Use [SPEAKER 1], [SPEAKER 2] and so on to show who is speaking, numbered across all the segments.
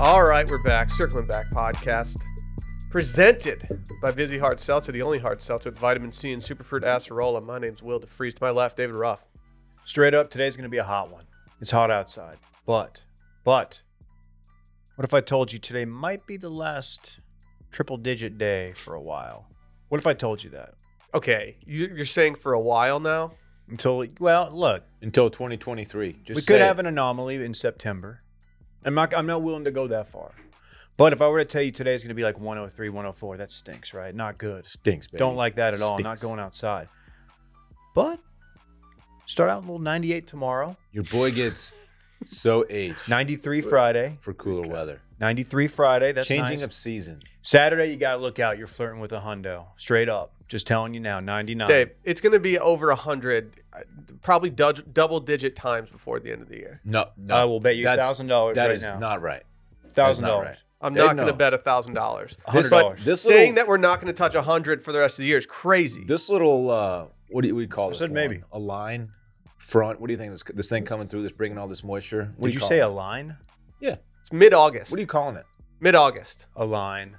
[SPEAKER 1] All right, we're back. Circling Back podcast presented by Busy Heart Seltzer, the only hard seltzer with vitamin C and superfruit acerola. My name's Will DeFreeze. To my left, David Ruff.
[SPEAKER 2] Straight up, today's going to be a hot one. It's hot outside. But, but, what if I told you today might be the last triple digit day for a while? What if I told you that?
[SPEAKER 1] Okay, you, you're saying for a while now.
[SPEAKER 2] Until, well, look,
[SPEAKER 3] until 2023. Just
[SPEAKER 2] we could
[SPEAKER 3] say
[SPEAKER 2] have
[SPEAKER 3] it.
[SPEAKER 2] an anomaly in September. I'm not, I'm not willing to go that far. But if I were to tell you today's going to be like 103, 104, that stinks, right? Not good.
[SPEAKER 3] stinks. Baby.
[SPEAKER 2] Don't like that at all. Not
[SPEAKER 3] Stinks.
[SPEAKER 2] going outside. But start out a little 98 tomorrow,
[SPEAKER 3] Your boy gets so aged
[SPEAKER 2] 93 Friday.
[SPEAKER 3] for cooler weather.
[SPEAKER 2] 93 Friday. That's
[SPEAKER 3] Changing
[SPEAKER 2] nice.
[SPEAKER 3] of season.
[SPEAKER 2] Saturday, you gotta look out. You're flirting with a hundo, straight up. Just telling you now, 99.
[SPEAKER 1] Dave, it's going to be over hundred, uh, probably dou- double digit times before the end of the year.
[SPEAKER 3] No, no.
[SPEAKER 2] I will bet you
[SPEAKER 3] that's-
[SPEAKER 2] thousand dollars
[SPEAKER 3] That
[SPEAKER 2] right
[SPEAKER 3] is
[SPEAKER 2] now.
[SPEAKER 3] not right. That is
[SPEAKER 2] thousand
[SPEAKER 3] not
[SPEAKER 2] dollars,
[SPEAKER 3] right.
[SPEAKER 1] I'm
[SPEAKER 3] Dave
[SPEAKER 1] not going to
[SPEAKER 3] knows.
[SPEAKER 1] bet thousand dollars.
[SPEAKER 2] hundred dollars.
[SPEAKER 3] This little,
[SPEAKER 1] Saying that we're not going to touch hundred for the rest of the year is crazy.
[SPEAKER 3] this little uh, what do you, what do you call this?
[SPEAKER 2] said
[SPEAKER 3] one?
[SPEAKER 2] maybe.
[SPEAKER 3] a line front. What do you think this this thing coming through? This bringing all this moisture. What
[SPEAKER 2] Did
[SPEAKER 3] do
[SPEAKER 2] you
[SPEAKER 3] call
[SPEAKER 2] say
[SPEAKER 3] it?
[SPEAKER 2] a line?
[SPEAKER 1] it's mid August.
[SPEAKER 3] What are you calling it?
[SPEAKER 1] Mid August.
[SPEAKER 2] A line.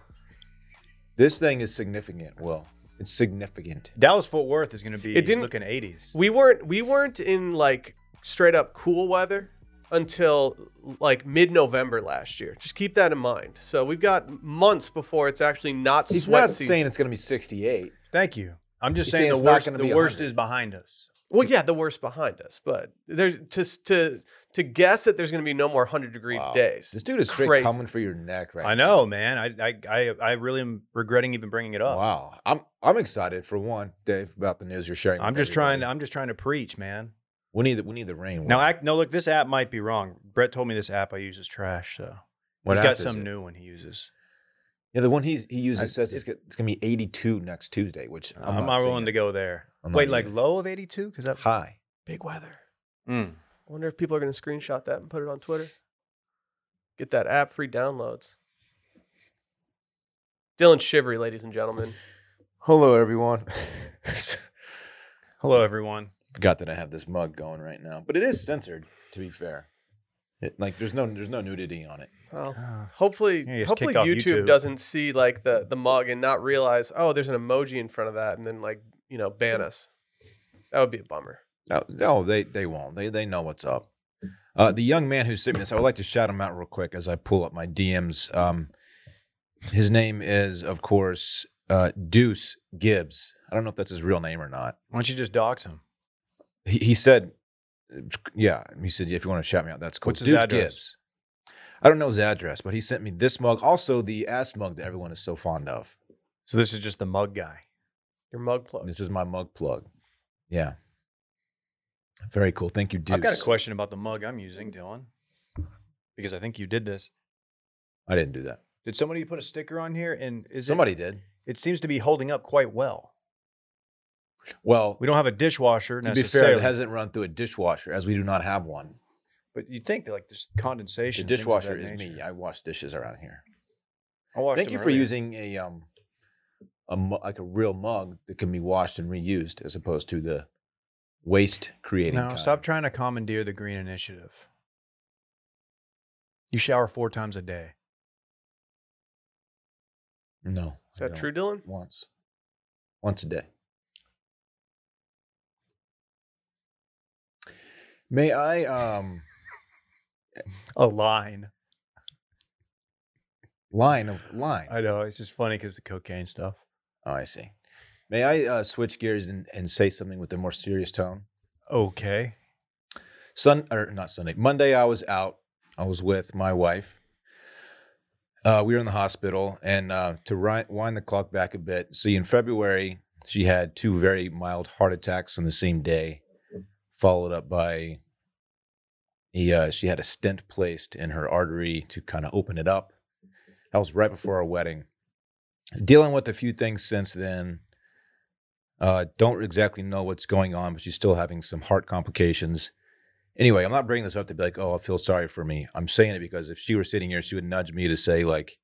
[SPEAKER 3] This thing is significant. Will it's significant?
[SPEAKER 2] Dallas Fort Worth is gonna be
[SPEAKER 1] It didn't-
[SPEAKER 2] looking 80s.
[SPEAKER 1] We weren't we weren't in like straight up cool weather until like mid November last year. Just keep that in mind. So we've got months before it's actually not
[SPEAKER 3] He's
[SPEAKER 1] sweat
[SPEAKER 3] not
[SPEAKER 1] season.
[SPEAKER 3] saying it's going to be 68.
[SPEAKER 2] Thank you. I'm just
[SPEAKER 3] You're
[SPEAKER 2] saying,
[SPEAKER 3] saying
[SPEAKER 2] the
[SPEAKER 3] it's not
[SPEAKER 2] worst.
[SPEAKER 3] gonna
[SPEAKER 2] The
[SPEAKER 3] be
[SPEAKER 2] worst
[SPEAKER 3] 100.
[SPEAKER 2] is behind us.
[SPEAKER 1] well, yeah, the worst behind us, but there's to to to guess that there's going to be no more hundred degree
[SPEAKER 3] Wow.
[SPEAKER 1] days.
[SPEAKER 3] This dude is straight
[SPEAKER 1] Crazy.
[SPEAKER 3] coming for your neck right
[SPEAKER 2] I know, man. I, I I I really am regretting even bringing it up.
[SPEAKER 3] Wow, I'm I'm excited for one, Dave, about the news you're sharing.
[SPEAKER 2] I'm
[SPEAKER 3] with
[SPEAKER 2] just trying.
[SPEAKER 3] everybody.
[SPEAKER 2] I'm just trying to preach, man.
[SPEAKER 3] we need the, we need the rain.
[SPEAKER 2] Now, I, no, look, this app might be wrong. Brett told me this app I use is trash. So
[SPEAKER 3] What
[SPEAKER 2] he's got
[SPEAKER 3] app is
[SPEAKER 2] some
[SPEAKER 3] it?
[SPEAKER 2] new one he uses.
[SPEAKER 3] Yeah, the one he's he uses
[SPEAKER 2] I-
[SPEAKER 3] says it's,
[SPEAKER 2] it's-
[SPEAKER 3] go- it's gonna be 82 next Tuesday, which I'm,
[SPEAKER 2] I'm, not willing to go there.
[SPEAKER 3] I'm not
[SPEAKER 2] Wait, like
[SPEAKER 3] either.
[SPEAKER 2] low of 82? Because that.
[SPEAKER 3] high.
[SPEAKER 1] Big weather.
[SPEAKER 2] Mm.
[SPEAKER 1] I wonder if people are going to screenshot that and put it on Twitter. Get that app free downloads. Dylan Shivery, ladies and gentlemen.
[SPEAKER 3] Hello, everyone.
[SPEAKER 2] Hello, everyone.
[SPEAKER 3] Forgot that I have this mug going right now, but it is censored. To be fair, It- like there's no there's no nudity on it.
[SPEAKER 1] Well,
[SPEAKER 2] Ah.
[SPEAKER 1] Hopefully,
[SPEAKER 2] Yeah, you just
[SPEAKER 1] hopefully
[SPEAKER 2] kicked off
[SPEAKER 1] YouTube,
[SPEAKER 2] YouTube.
[SPEAKER 1] doesn't see like the the mug and not realize, oh, there's an emoji in front of that, and then like you know ban us. That would be a bummer.
[SPEAKER 3] No, Oh, no, they they won't. They they know what's up. Uh, the young man who sent me this, I would like to shout him out real quick as I pull up my DMs. Um, his name is, of course, uh, Deuce Gibbs. I don't know if that's his real name or not.
[SPEAKER 2] Why don't you just dox him?
[SPEAKER 3] He, he said, yeah, he said, if you want to shout me out, that's cool.
[SPEAKER 2] What's his address?
[SPEAKER 3] I don't know his address, but he sent me this mug. Also, the ass mug that everyone is so fond of.
[SPEAKER 2] So this is just the mug guy.
[SPEAKER 1] Your mug plug.
[SPEAKER 3] This is my mug plug. Yeah. Very cool. Thank you, Deuce.
[SPEAKER 2] I've got a question about the mug I'm using, Dylan, because I think you did this.
[SPEAKER 3] I didn't do that.
[SPEAKER 2] Did somebody put a sticker on here? And is it-
[SPEAKER 3] Somebody did.
[SPEAKER 2] It seems to be holding up quite well.
[SPEAKER 3] Well,
[SPEAKER 2] We don't have a dishwasher
[SPEAKER 3] To be fair,
[SPEAKER 2] necessarily.
[SPEAKER 3] it hasn't run through a dishwasher as we do not have one.
[SPEAKER 2] but you think that like this condensation.
[SPEAKER 3] The
[SPEAKER 2] things of
[SPEAKER 3] dishwasher
[SPEAKER 2] that
[SPEAKER 3] is me.
[SPEAKER 2] nature.
[SPEAKER 3] I wash dishes around here.
[SPEAKER 2] I washed
[SPEAKER 3] Thank
[SPEAKER 2] them
[SPEAKER 3] you for
[SPEAKER 2] earlier.
[SPEAKER 3] using a um a mu- like a real mug that can be washed and reused as opposed to the waste creating.
[SPEAKER 2] No, stop trying to commandeer the green initiative. You shower four times a day.
[SPEAKER 3] No.
[SPEAKER 1] is
[SPEAKER 3] I
[SPEAKER 1] that
[SPEAKER 3] don't.
[SPEAKER 1] true, Dylan?
[SPEAKER 3] Once. Once a day. May I um
[SPEAKER 2] A line.
[SPEAKER 3] line of line.
[SPEAKER 2] I know. It's just funny because the cocaine stuff.
[SPEAKER 3] oh, I see. May I uh, switch gears and, and say something with a more serious tone?
[SPEAKER 2] Okay.
[SPEAKER 3] Sun or not Sunday, Monday. I was out. I was with my wife. Uh, we were in the hospital, and uh, to ri- wind the clock back a bit, see, in February she had two very mild heart attacks on the same day, followed up by a uh, she had a stent placed in her artery to kind of open it up. That was right before our wedding. Dealing with a few things since then. Uh, don't exactly know what's going on, but she's still having some heart complications. Anyway, I'm not bringing this up to be like, oh, I feel sorry for me. I'm saying it because if she were sitting here, she would nudge me to say, like,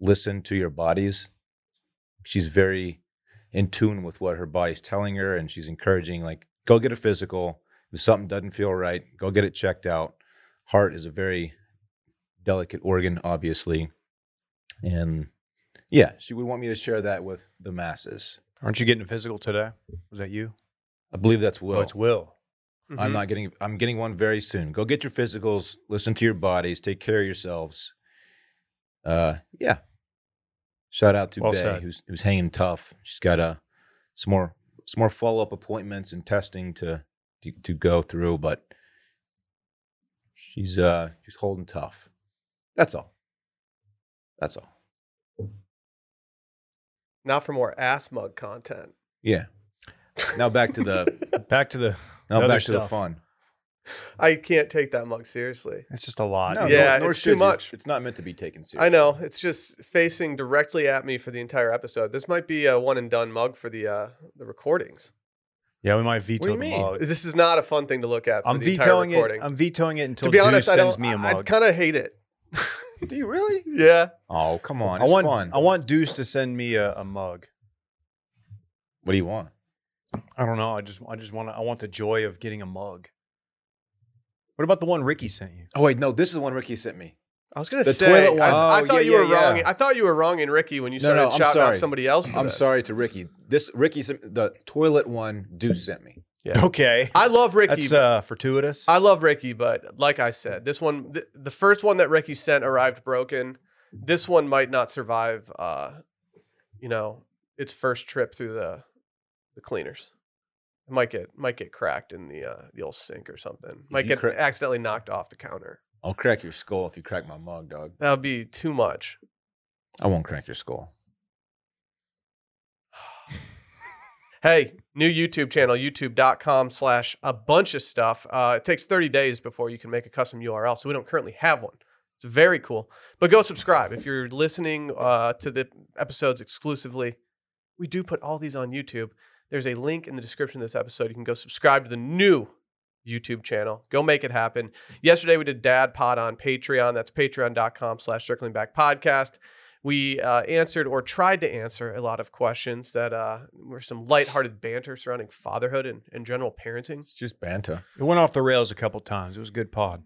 [SPEAKER 3] listen to your bodies. She's very in tune with what her body's telling her, and she's encouraging, like, go get a physical. If something doesn't feel right, go get it checked out. Heart is a very delicate organ, obviously. And yeah, she would want me to share that with the masses.
[SPEAKER 2] Aren't you getting a physical today? Was that you?
[SPEAKER 3] I believe that's Will.
[SPEAKER 2] Oh, it's Will.
[SPEAKER 3] I'm
[SPEAKER 1] Mhm.
[SPEAKER 3] not getting. I'm getting one very soon. Go get your physicals. Listen to your bodies. Take care of yourselves. Uh, yeah. Shout out to
[SPEAKER 2] Well
[SPEAKER 3] Bay,
[SPEAKER 2] said.
[SPEAKER 3] who's who's hanging tough. She's got uh, some more some more follow up appointments and testing to, to to go through, but she's uh she's holding tough. That's all. That's all.
[SPEAKER 1] Now for more ass mug content.
[SPEAKER 3] Yeah. Now back to the
[SPEAKER 2] Back to the.
[SPEAKER 3] now
[SPEAKER 2] Other
[SPEAKER 3] back to the
[SPEAKER 2] stuff.
[SPEAKER 3] fun.
[SPEAKER 1] I can't take that mug seriously.
[SPEAKER 2] It's just a lot.
[SPEAKER 1] No, Uh, Yeah,
[SPEAKER 3] nor
[SPEAKER 1] it's
[SPEAKER 3] should
[SPEAKER 1] too
[SPEAKER 3] you.
[SPEAKER 1] much.
[SPEAKER 3] It's not meant to be taken seriously.
[SPEAKER 1] I know it's just facing directly at me for the entire episode. This might be a one and done mug for the uh, the recordings.
[SPEAKER 2] Yeah, we might veto
[SPEAKER 3] you
[SPEAKER 2] the
[SPEAKER 3] mean?
[SPEAKER 2] mug.
[SPEAKER 1] This is not a fun thing to look at. For
[SPEAKER 2] I'm
[SPEAKER 1] the entire
[SPEAKER 2] vetoing
[SPEAKER 1] recording.
[SPEAKER 2] it. I'm vetoing it until
[SPEAKER 1] to be honest,
[SPEAKER 2] Deuce
[SPEAKER 1] I
[SPEAKER 2] sends
[SPEAKER 1] don't.
[SPEAKER 2] me a
[SPEAKER 1] I
[SPEAKER 2] mug.
[SPEAKER 1] kind of hate it.
[SPEAKER 3] Do you really?
[SPEAKER 1] Yeah,
[SPEAKER 3] Oh, come on.
[SPEAKER 2] I
[SPEAKER 3] It's
[SPEAKER 2] want
[SPEAKER 3] fun.
[SPEAKER 2] I want Deuce to send me a, a mug.
[SPEAKER 3] What do you want?
[SPEAKER 2] I don't know. I just I just want to, I want the joy of getting a mug. What about the one Ricky sent you?
[SPEAKER 3] Oh wait, no, this is the one Ricky sent me.
[SPEAKER 1] I was gonna
[SPEAKER 3] The
[SPEAKER 1] say.
[SPEAKER 3] toilet
[SPEAKER 1] I,
[SPEAKER 3] one.
[SPEAKER 1] I
[SPEAKER 3] Oh,
[SPEAKER 1] thought
[SPEAKER 3] yeah,
[SPEAKER 1] you were
[SPEAKER 3] yeah,
[SPEAKER 1] wrong.
[SPEAKER 3] yeah.
[SPEAKER 1] I thought you were wrong in Ricky when you
[SPEAKER 3] No,
[SPEAKER 1] started
[SPEAKER 3] no, I'm
[SPEAKER 1] shouting out
[SPEAKER 3] sorry.
[SPEAKER 1] somebody else. for
[SPEAKER 3] I'm
[SPEAKER 1] this.
[SPEAKER 3] sorry to Ricky. This Ricky sent the toilet one Deuce sent me.
[SPEAKER 2] Okay,
[SPEAKER 1] I love Ricky.
[SPEAKER 2] that's uh, fortuitous.
[SPEAKER 1] I love Ricky, but like I said, this one, th- the first one that Ricky sent arrived broken. This one might not survive, uh, you know, its first trip through the the cleaners. It might get might get cracked in the uh, the old sink or something. Might
[SPEAKER 3] you
[SPEAKER 1] get
[SPEAKER 3] cra-
[SPEAKER 1] accidentally knocked off the counter.
[SPEAKER 3] I'll crack your skull if you crack my mug, dog.
[SPEAKER 1] That would be too much.
[SPEAKER 3] I won't crack your skull.
[SPEAKER 1] Hey, new YouTube channel, youtube.com slash a bunch of stuff. Uh, it takes 30 days before you can make a custom URL, so we don't currently have one. It's very cool. But go subscribe. If you're listening uh, to the episodes exclusively, we do put all these on YouTube. There's a link in the description of this episode. You can go subscribe to the new YouTube channel. Go make it happen. Yesterday we did Dad Pod on Patreon. That's patreon.com slash circling back podcast we uh, answered or tried to answer a lot of questions that uh, were some lighthearted banter surrounding fatherhood and, and general parenting.
[SPEAKER 3] It's just banter.
[SPEAKER 2] it went off the rails a couple times. It was a good pod.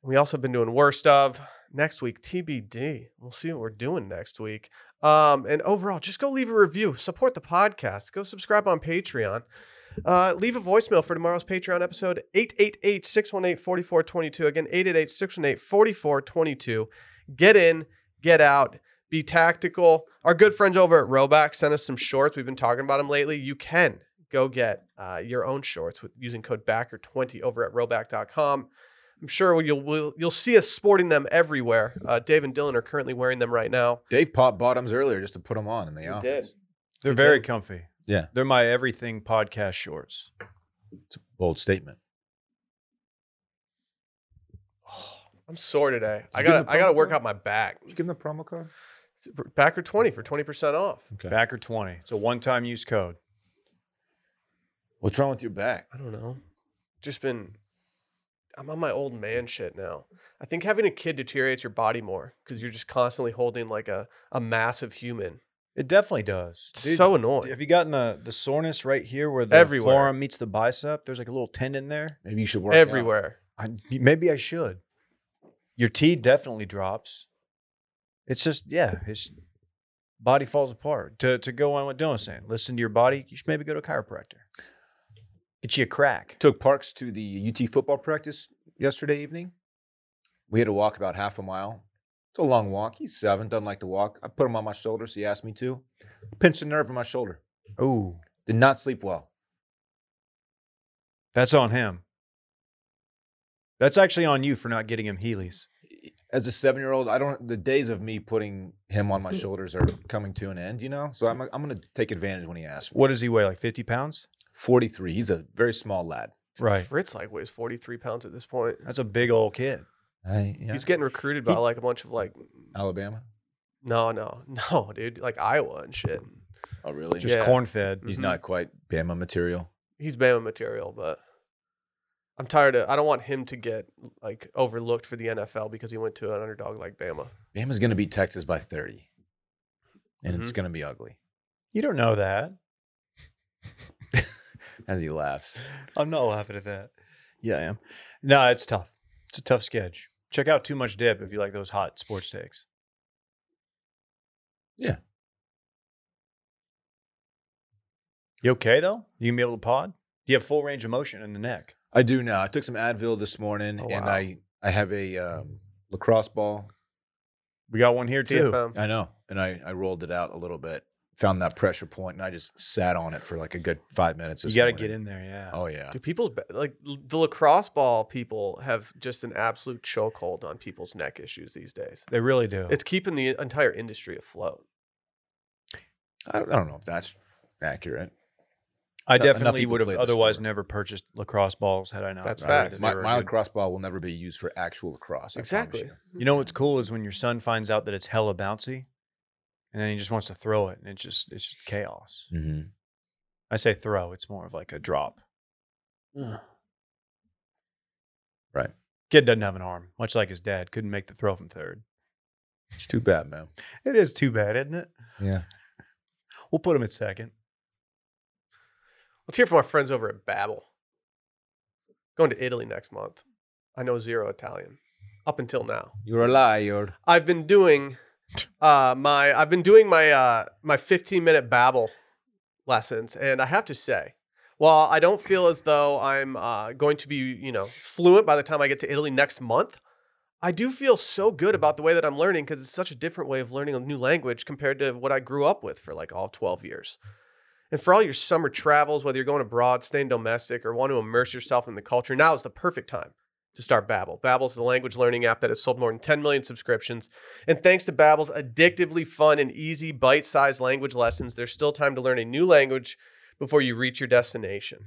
[SPEAKER 1] We also been doing worst of next week, TBD. We'll see what we're doing next week. Um, and overall, just go leave a review, support the podcast, go subscribe on Patreon. Uh, leave a voicemail for tomorrow's Patreon episode 888 618 4422. Again, 888 618 4422. Get in, get out, be tactical. Our good friends over at Roback sent us some shorts. We've been talking about them lately. You can go get uh, your own shorts with using code BACKER20 over at roback.com. I'm sure you'll will, you'll see us sporting them everywhere. Uh, Dave and Dylan are currently wearing them right now.
[SPEAKER 3] Dave popped bottoms earlier just to put them on in the office.
[SPEAKER 2] They're very comfy.
[SPEAKER 3] Yeah.
[SPEAKER 2] they're my everything podcast shorts.
[SPEAKER 3] It's a bold statement.
[SPEAKER 1] Oh, I'm sore today. I
[SPEAKER 3] you give
[SPEAKER 1] got
[SPEAKER 3] them a
[SPEAKER 1] I got to
[SPEAKER 3] promo
[SPEAKER 1] work
[SPEAKER 3] code?
[SPEAKER 1] out my back.
[SPEAKER 3] Did you give him the promo code?
[SPEAKER 1] Backer 20 for 20% off.
[SPEAKER 3] Okay.
[SPEAKER 2] Backer twenty. It's a one time use code.
[SPEAKER 3] What's wrong with your back?
[SPEAKER 1] I don't know. Just been I'm on my old man shit now. I think having a kid deteriorates your body more because you're just constantly holding like a, a massive human.
[SPEAKER 2] It definitely does.
[SPEAKER 1] It's
[SPEAKER 2] Dude,
[SPEAKER 1] so annoying.
[SPEAKER 2] Have you gotten the the soreness right here where the
[SPEAKER 1] Everywhere.
[SPEAKER 2] forearm meets the bicep? There's like a little tendon there.
[SPEAKER 3] Maybe you should work out.
[SPEAKER 1] Everywhere.
[SPEAKER 2] I, maybe I should. Your T definitely drops. It's just yeah, his body falls apart. To to go on what Dylan's saying, listen to your body. You should maybe go to a chiropractor. Get you a crack.
[SPEAKER 3] Took Parks to the UT football practice yesterday evening. We had to walk about half a mile. It's a long walk. He's seven, doesn't like to walk. I put him on my shoulder, so he asked me to. Pinched a nerve in my shoulder.
[SPEAKER 2] Ooh,
[SPEAKER 3] Did not sleep well.
[SPEAKER 2] that's on him. That's actually on you for not getting him Heelys.
[SPEAKER 3] as a seven year old, I don't. The days of me putting him on my shoulders are coming to an end, you know. So I'm I'm gonna take advantage when he asks.
[SPEAKER 2] What does he weigh? Like fifty pounds?
[SPEAKER 3] Forty three. He's a very small lad.
[SPEAKER 2] Right.
[SPEAKER 1] Fritz like weighs 43 pounds at this point.
[SPEAKER 2] That's a big old kid.
[SPEAKER 3] I,
[SPEAKER 1] He's getting recruited by like a bunch of like
[SPEAKER 3] Alabama.
[SPEAKER 1] no, no, no, dude, like Iowa and shit.
[SPEAKER 3] Oh really?
[SPEAKER 2] Just
[SPEAKER 1] Yeah.
[SPEAKER 2] corn fed.
[SPEAKER 3] He's
[SPEAKER 1] Mhm.
[SPEAKER 3] not quite Bama material.
[SPEAKER 1] he's Bama material, but I'm tired of. I don't want him to get like overlooked for the NFL because he went to an underdog like Bama.
[SPEAKER 3] Bama's gonna beat Texas by thirty, and it's gonna be ugly.
[SPEAKER 2] You don't know that.
[SPEAKER 3] As he laughs.
[SPEAKER 2] I'm not laughing at that. Yeah, I am. No, it's tough. It's a tough sketch. Check out Too Much Dip if you like those hot sports takes.
[SPEAKER 3] Yeah.
[SPEAKER 2] You okay though? You gonna be able to pod? Do you have full range of motion in the neck?
[SPEAKER 3] I do now. I took some Advil this morning,
[SPEAKER 1] Oh,
[SPEAKER 3] and
[SPEAKER 1] wow.
[SPEAKER 3] I I have a um, lacrosse ball.
[SPEAKER 2] We got one here
[SPEAKER 3] um,
[SPEAKER 2] too.
[SPEAKER 1] TFM.
[SPEAKER 3] I know, and I I rolled it out a little bit, found that pressure point, and I just sat on it for like a good five minutes.
[SPEAKER 2] You
[SPEAKER 3] this
[SPEAKER 2] got to
[SPEAKER 3] morning.
[SPEAKER 2] get in there, yeah.
[SPEAKER 3] Oh yeah,
[SPEAKER 1] Do people's ba- like l- the lacrosse ball people have just an absolute chokehold on people's neck issues these days?
[SPEAKER 2] They really do.
[SPEAKER 1] It's keeping the entire industry afloat.
[SPEAKER 3] I don't, I don't know if that's accurate.
[SPEAKER 2] I
[SPEAKER 3] Enough
[SPEAKER 2] definitely
[SPEAKER 3] people
[SPEAKER 2] would have
[SPEAKER 3] play the
[SPEAKER 2] otherwise
[SPEAKER 3] sport.
[SPEAKER 2] never purchased lacrosse balls had I not.
[SPEAKER 1] That's
[SPEAKER 2] I would've
[SPEAKER 1] facts.
[SPEAKER 2] never
[SPEAKER 3] My, my
[SPEAKER 2] did.
[SPEAKER 3] lacrosse ball will never be used for actual lacrosse. I promise
[SPEAKER 1] exactly.
[SPEAKER 3] you.
[SPEAKER 2] You know
[SPEAKER 1] Mm-hmm.
[SPEAKER 2] what's cool is when your son finds out that it's hella bouncy, and then he just wants to throw it, and it's just it's just chaos.
[SPEAKER 3] Mm-hmm.
[SPEAKER 2] I say throw; it's more of like a drop.
[SPEAKER 3] Right.
[SPEAKER 2] Kid doesn't have an arm, much like his dad. Couldn't make the throw from third.
[SPEAKER 3] It's too bad, man.
[SPEAKER 2] It is too bad, isn't it?
[SPEAKER 3] Yeah.
[SPEAKER 2] We'll put him at second.
[SPEAKER 1] Let's hear from our friends over at Babbel. Going to Italy next month. I know zero Italian up until now.
[SPEAKER 3] You're a liar.
[SPEAKER 1] I've been doing uh, my I've been doing my uh, my 15 minute Babbel lessons, and I have to say, while I don't feel as though I'm uh, going to be you know fluent by the time I get to Italy next month, I do feel so good about the way that I'm learning because it's such a different way of learning a new language compared to what I grew up with for like all 12 years. And for all your summer travels, whether you're going abroad, staying domestic, or want to immerse yourself in the culture, now is the perfect time to start Babbel. Babbel is the language learning app that has sold more than 10 million subscriptions. And thanks to Babbel's addictively fun and easy bite-sized language lessons, there's still time to learn a new language before you reach your destination.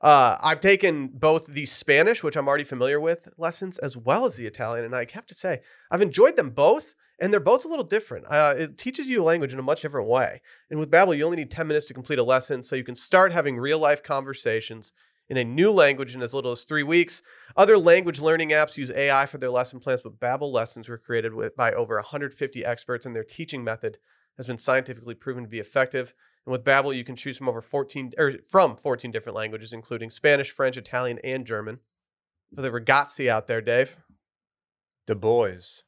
[SPEAKER 1] Uh, I've taken both the Spanish, which I'm already familiar with, lessons, as well as the Italian. And I have to say, I've enjoyed them both, and they're both a little different. Uh, it teaches you a language in a much different way. And with Babbel, you only need 10 minutes to complete a lesson, so you can start having real-life conversations in a new language in as little as three weeks. Other language learning apps use AI for their lesson plans, but Babbel lessons were created with, by over 150 experts, and their teaching method has been scientifically proven to be effective. And with Babbel, you can choose from over 14 or from 14 different languages, including Spanish, French, Italian, and German. For the ragazzi out there, Dave.
[SPEAKER 2] The boys.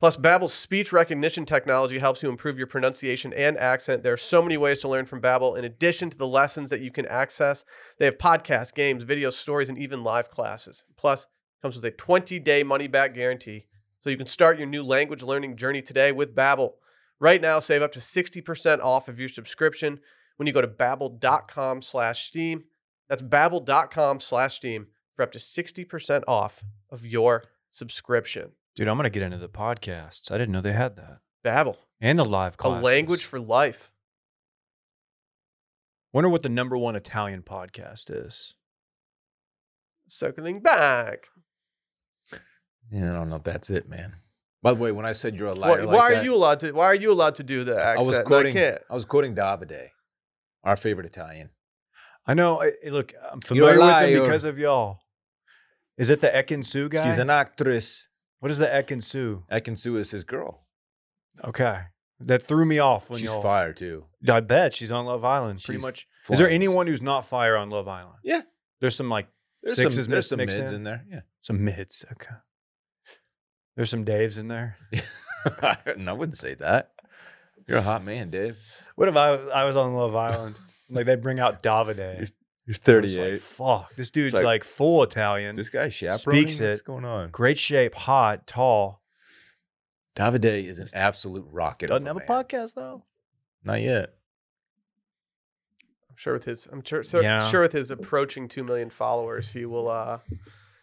[SPEAKER 1] Plus, Babbel's speech recognition technology helps you improve your pronunciation and accent. There are so many ways to learn from Babbel. In addition to the lessons that you can access, they have podcasts, games, videos, stories, and even live classes. Plus, it comes with a 20-day money-back guarantee, so you can start your new language learning journey today with Babbel. Right now, save up to 60% off of your subscription when you go to babbel.com slash steam. That's babbel.com slash steam for up to 60% off of your subscription.
[SPEAKER 2] Dude, I'm gonna get into the podcasts. I didn't know they had that
[SPEAKER 1] Babbel.
[SPEAKER 2] and the live classes.
[SPEAKER 1] A language for life.
[SPEAKER 2] Wonder what the number one Italian podcast is.
[SPEAKER 1] Circling back.
[SPEAKER 3] Yeah, I don't know if that's it, man. By the way, when I said you're a
[SPEAKER 1] Why,
[SPEAKER 3] liar,
[SPEAKER 1] why
[SPEAKER 3] like
[SPEAKER 1] are
[SPEAKER 3] that,
[SPEAKER 1] you allowed to? Why are you allowed to do the
[SPEAKER 3] I
[SPEAKER 1] accent?
[SPEAKER 3] was
[SPEAKER 1] and
[SPEAKER 3] quoting.
[SPEAKER 1] I
[SPEAKER 3] I,
[SPEAKER 1] can't.
[SPEAKER 3] was quoting Davide, our favorite Italian.
[SPEAKER 2] I know. I, I- look, I'm familiar with
[SPEAKER 3] liar.
[SPEAKER 2] him because of y'all. Is it the Ekansu guy?
[SPEAKER 3] She's an actress.
[SPEAKER 2] what is the Ekansu?
[SPEAKER 3] Ekansu is his girl.
[SPEAKER 2] Okay, that threw me off. When
[SPEAKER 3] She's
[SPEAKER 2] y'all,
[SPEAKER 3] fire too.
[SPEAKER 2] I bet she's on Love Island. pretty
[SPEAKER 3] She's
[SPEAKER 2] much. Is there
[SPEAKER 3] flames.
[SPEAKER 2] anyone who's not fire on Love Island?
[SPEAKER 3] Yeah.
[SPEAKER 2] There's some like
[SPEAKER 3] There's
[SPEAKER 2] sixes
[SPEAKER 3] some, there's
[SPEAKER 2] mi-
[SPEAKER 3] some
[SPEAKER 2] mixed
[SPEAKER 3] mids
[SPEAKER 2] in?
[SPEAKER 3] in there. Yeah.
[SPEAKER 2] some mids. Okay. There's some Daves in there.
[SPEAKER 3] no, I wouldn't say that. You're a hot man, Dave.
[SPEAKER 2] What if I was, I was on Love Island? like they bring out Davide.
[SPEAKER 3] You're
[SPEAKER 2] I was Like, Fuck, this dude's like,
[SPEAKER 3] like-
[SPEAKER 2] full Italian.
[SPEAKER 3] this guy chaperoning?
[SPEAKER 2] Speaks
[SPEAKER 3] What's
[SPEAKER 2] it.
[SPEAKER 3] going on?
[SPEAKER 2] great shape, hot, tall.
[SPEAKER 3] Davide is an absolute rocket.
[SPEAKER 2] Doesn't
[SPEAKER 3] of
[SPEAKER 2] have a
[SPEAKER 3] man.
[SPEAKER 2] podcast though.
[SPEAKER 3] Not yet.
[SPEAKER 1] I'm sure with his. I'm sure, sure-
[SPEAKER 2] Yeah.
[SPEAKER 1] sure with his approaching two million followers, he will. uh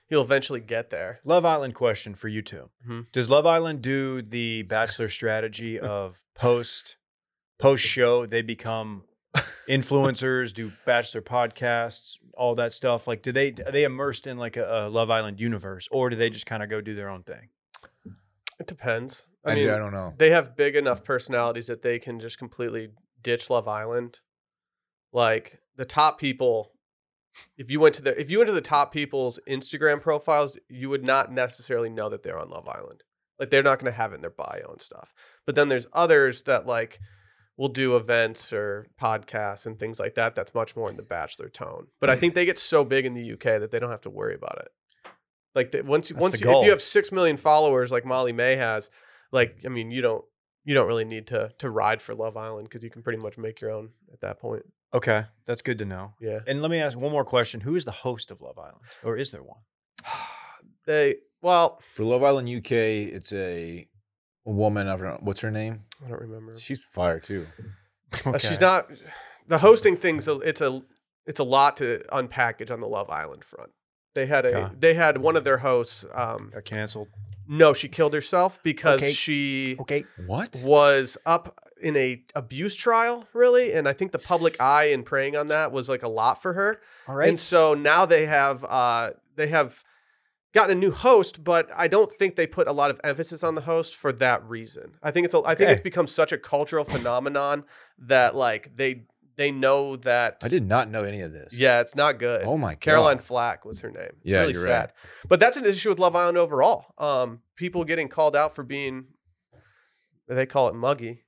[SPEAKER 1] He'll eventually get there.
[SPEAKER 2] Love Island question for you 2
[SPEAKER 1] Mhm.
[SPEAKER 2] Does Love Island do the bachelor strategy of post post show they become influencers, do bachelor podcasts, all that stuff? Like do they are they immersed in like a, a Love Island universe or do they just kind of go do their own thing?
[SPEAKER 1] It depends.
[SPEAKER 3] I,
[SPEAKER 1] I mean,
[SPEAKER 3] I don't know.
[SPEAKER 1] they have big enough personalities that they can just completely ditch Love Island. Like the top people, if you went to their if you went to the top people's Instagram profiles, you would not necessarily know that they're on Love Island. Like they're not going to have it in their bio and stuff. But then there's others that like will do events or podcasts and things like that. That's much more in the bachelor tone. But I think they get so big in the UK that they don't have to worry about it. Like the, once you
[SPEAKER 2] That's
[SPEAKER 1] once
[SPEAKER 2] the
[SPEAKER 1] you, if
[SPEAKER 2] goal.
[SPEAKER 1] you have six million followers like Molly May has, like I mean, you don't you don't really need to to ride for Love Island because you can pretty much make your own at that point.
[SPEAKER 2] Okay, that's good to know.
[SPEAKER 1] Yeah.
[SPEAKER 2] And let me ask one more question: Who is the host of Love Island, or is there one?
[SPEAKER 1] They well,
[SPEAKER 3] For Love Island UK, it's a woman. I don't what's her name.
[SPEAKER 1] I don't remember.
[SPEAKER 3] She's fire too.
[SPEAKER 1] Uh, She's not the hosting things. a- It's a it's a lot to unpackage on the Love Island front. They had a
[SPEAKER 2] Okay.
[SPEAKER 1] they had one of their hosts. Um,
[SPEAKER 2] Got canceled.
[SPEAKER 1] no, she killed herself because
[SPEAKER 2] Okay.
[SPEAKER 1] she
[SPEAKER 2] Okay.
[SPEAKER 3] What?
[SPEAKER 1] was up in a abuse trial, really, and I think the public eye and preying on that was like a lot for her.
[SPEAKER 2] All right.
[SPEAKER 1] And so now they have uh, they have gotten a new host, but I don't think they put a lot of emphasis on the host for that reason. I think it's a, I think
[SPEAKER 2] Okay.
[SPEAKER 1] it's become such a cultural phenomenon that like they they know that
[SPEAKER 3] I did not know any of this.
[SPEAKER 1] yeah, it's not good.
[SPEAKER 3] Oh my god.
[SPEAKER 1] Caroline Flack was her name. It's
[SPEAKER 3] Yeah,
[SPEAKER 1] really
[SPEAKER 3] you're right.
[SPEAKER 1] sad. But that's an issue with Love Island overall. Um, people getting called out for being they call it muggy.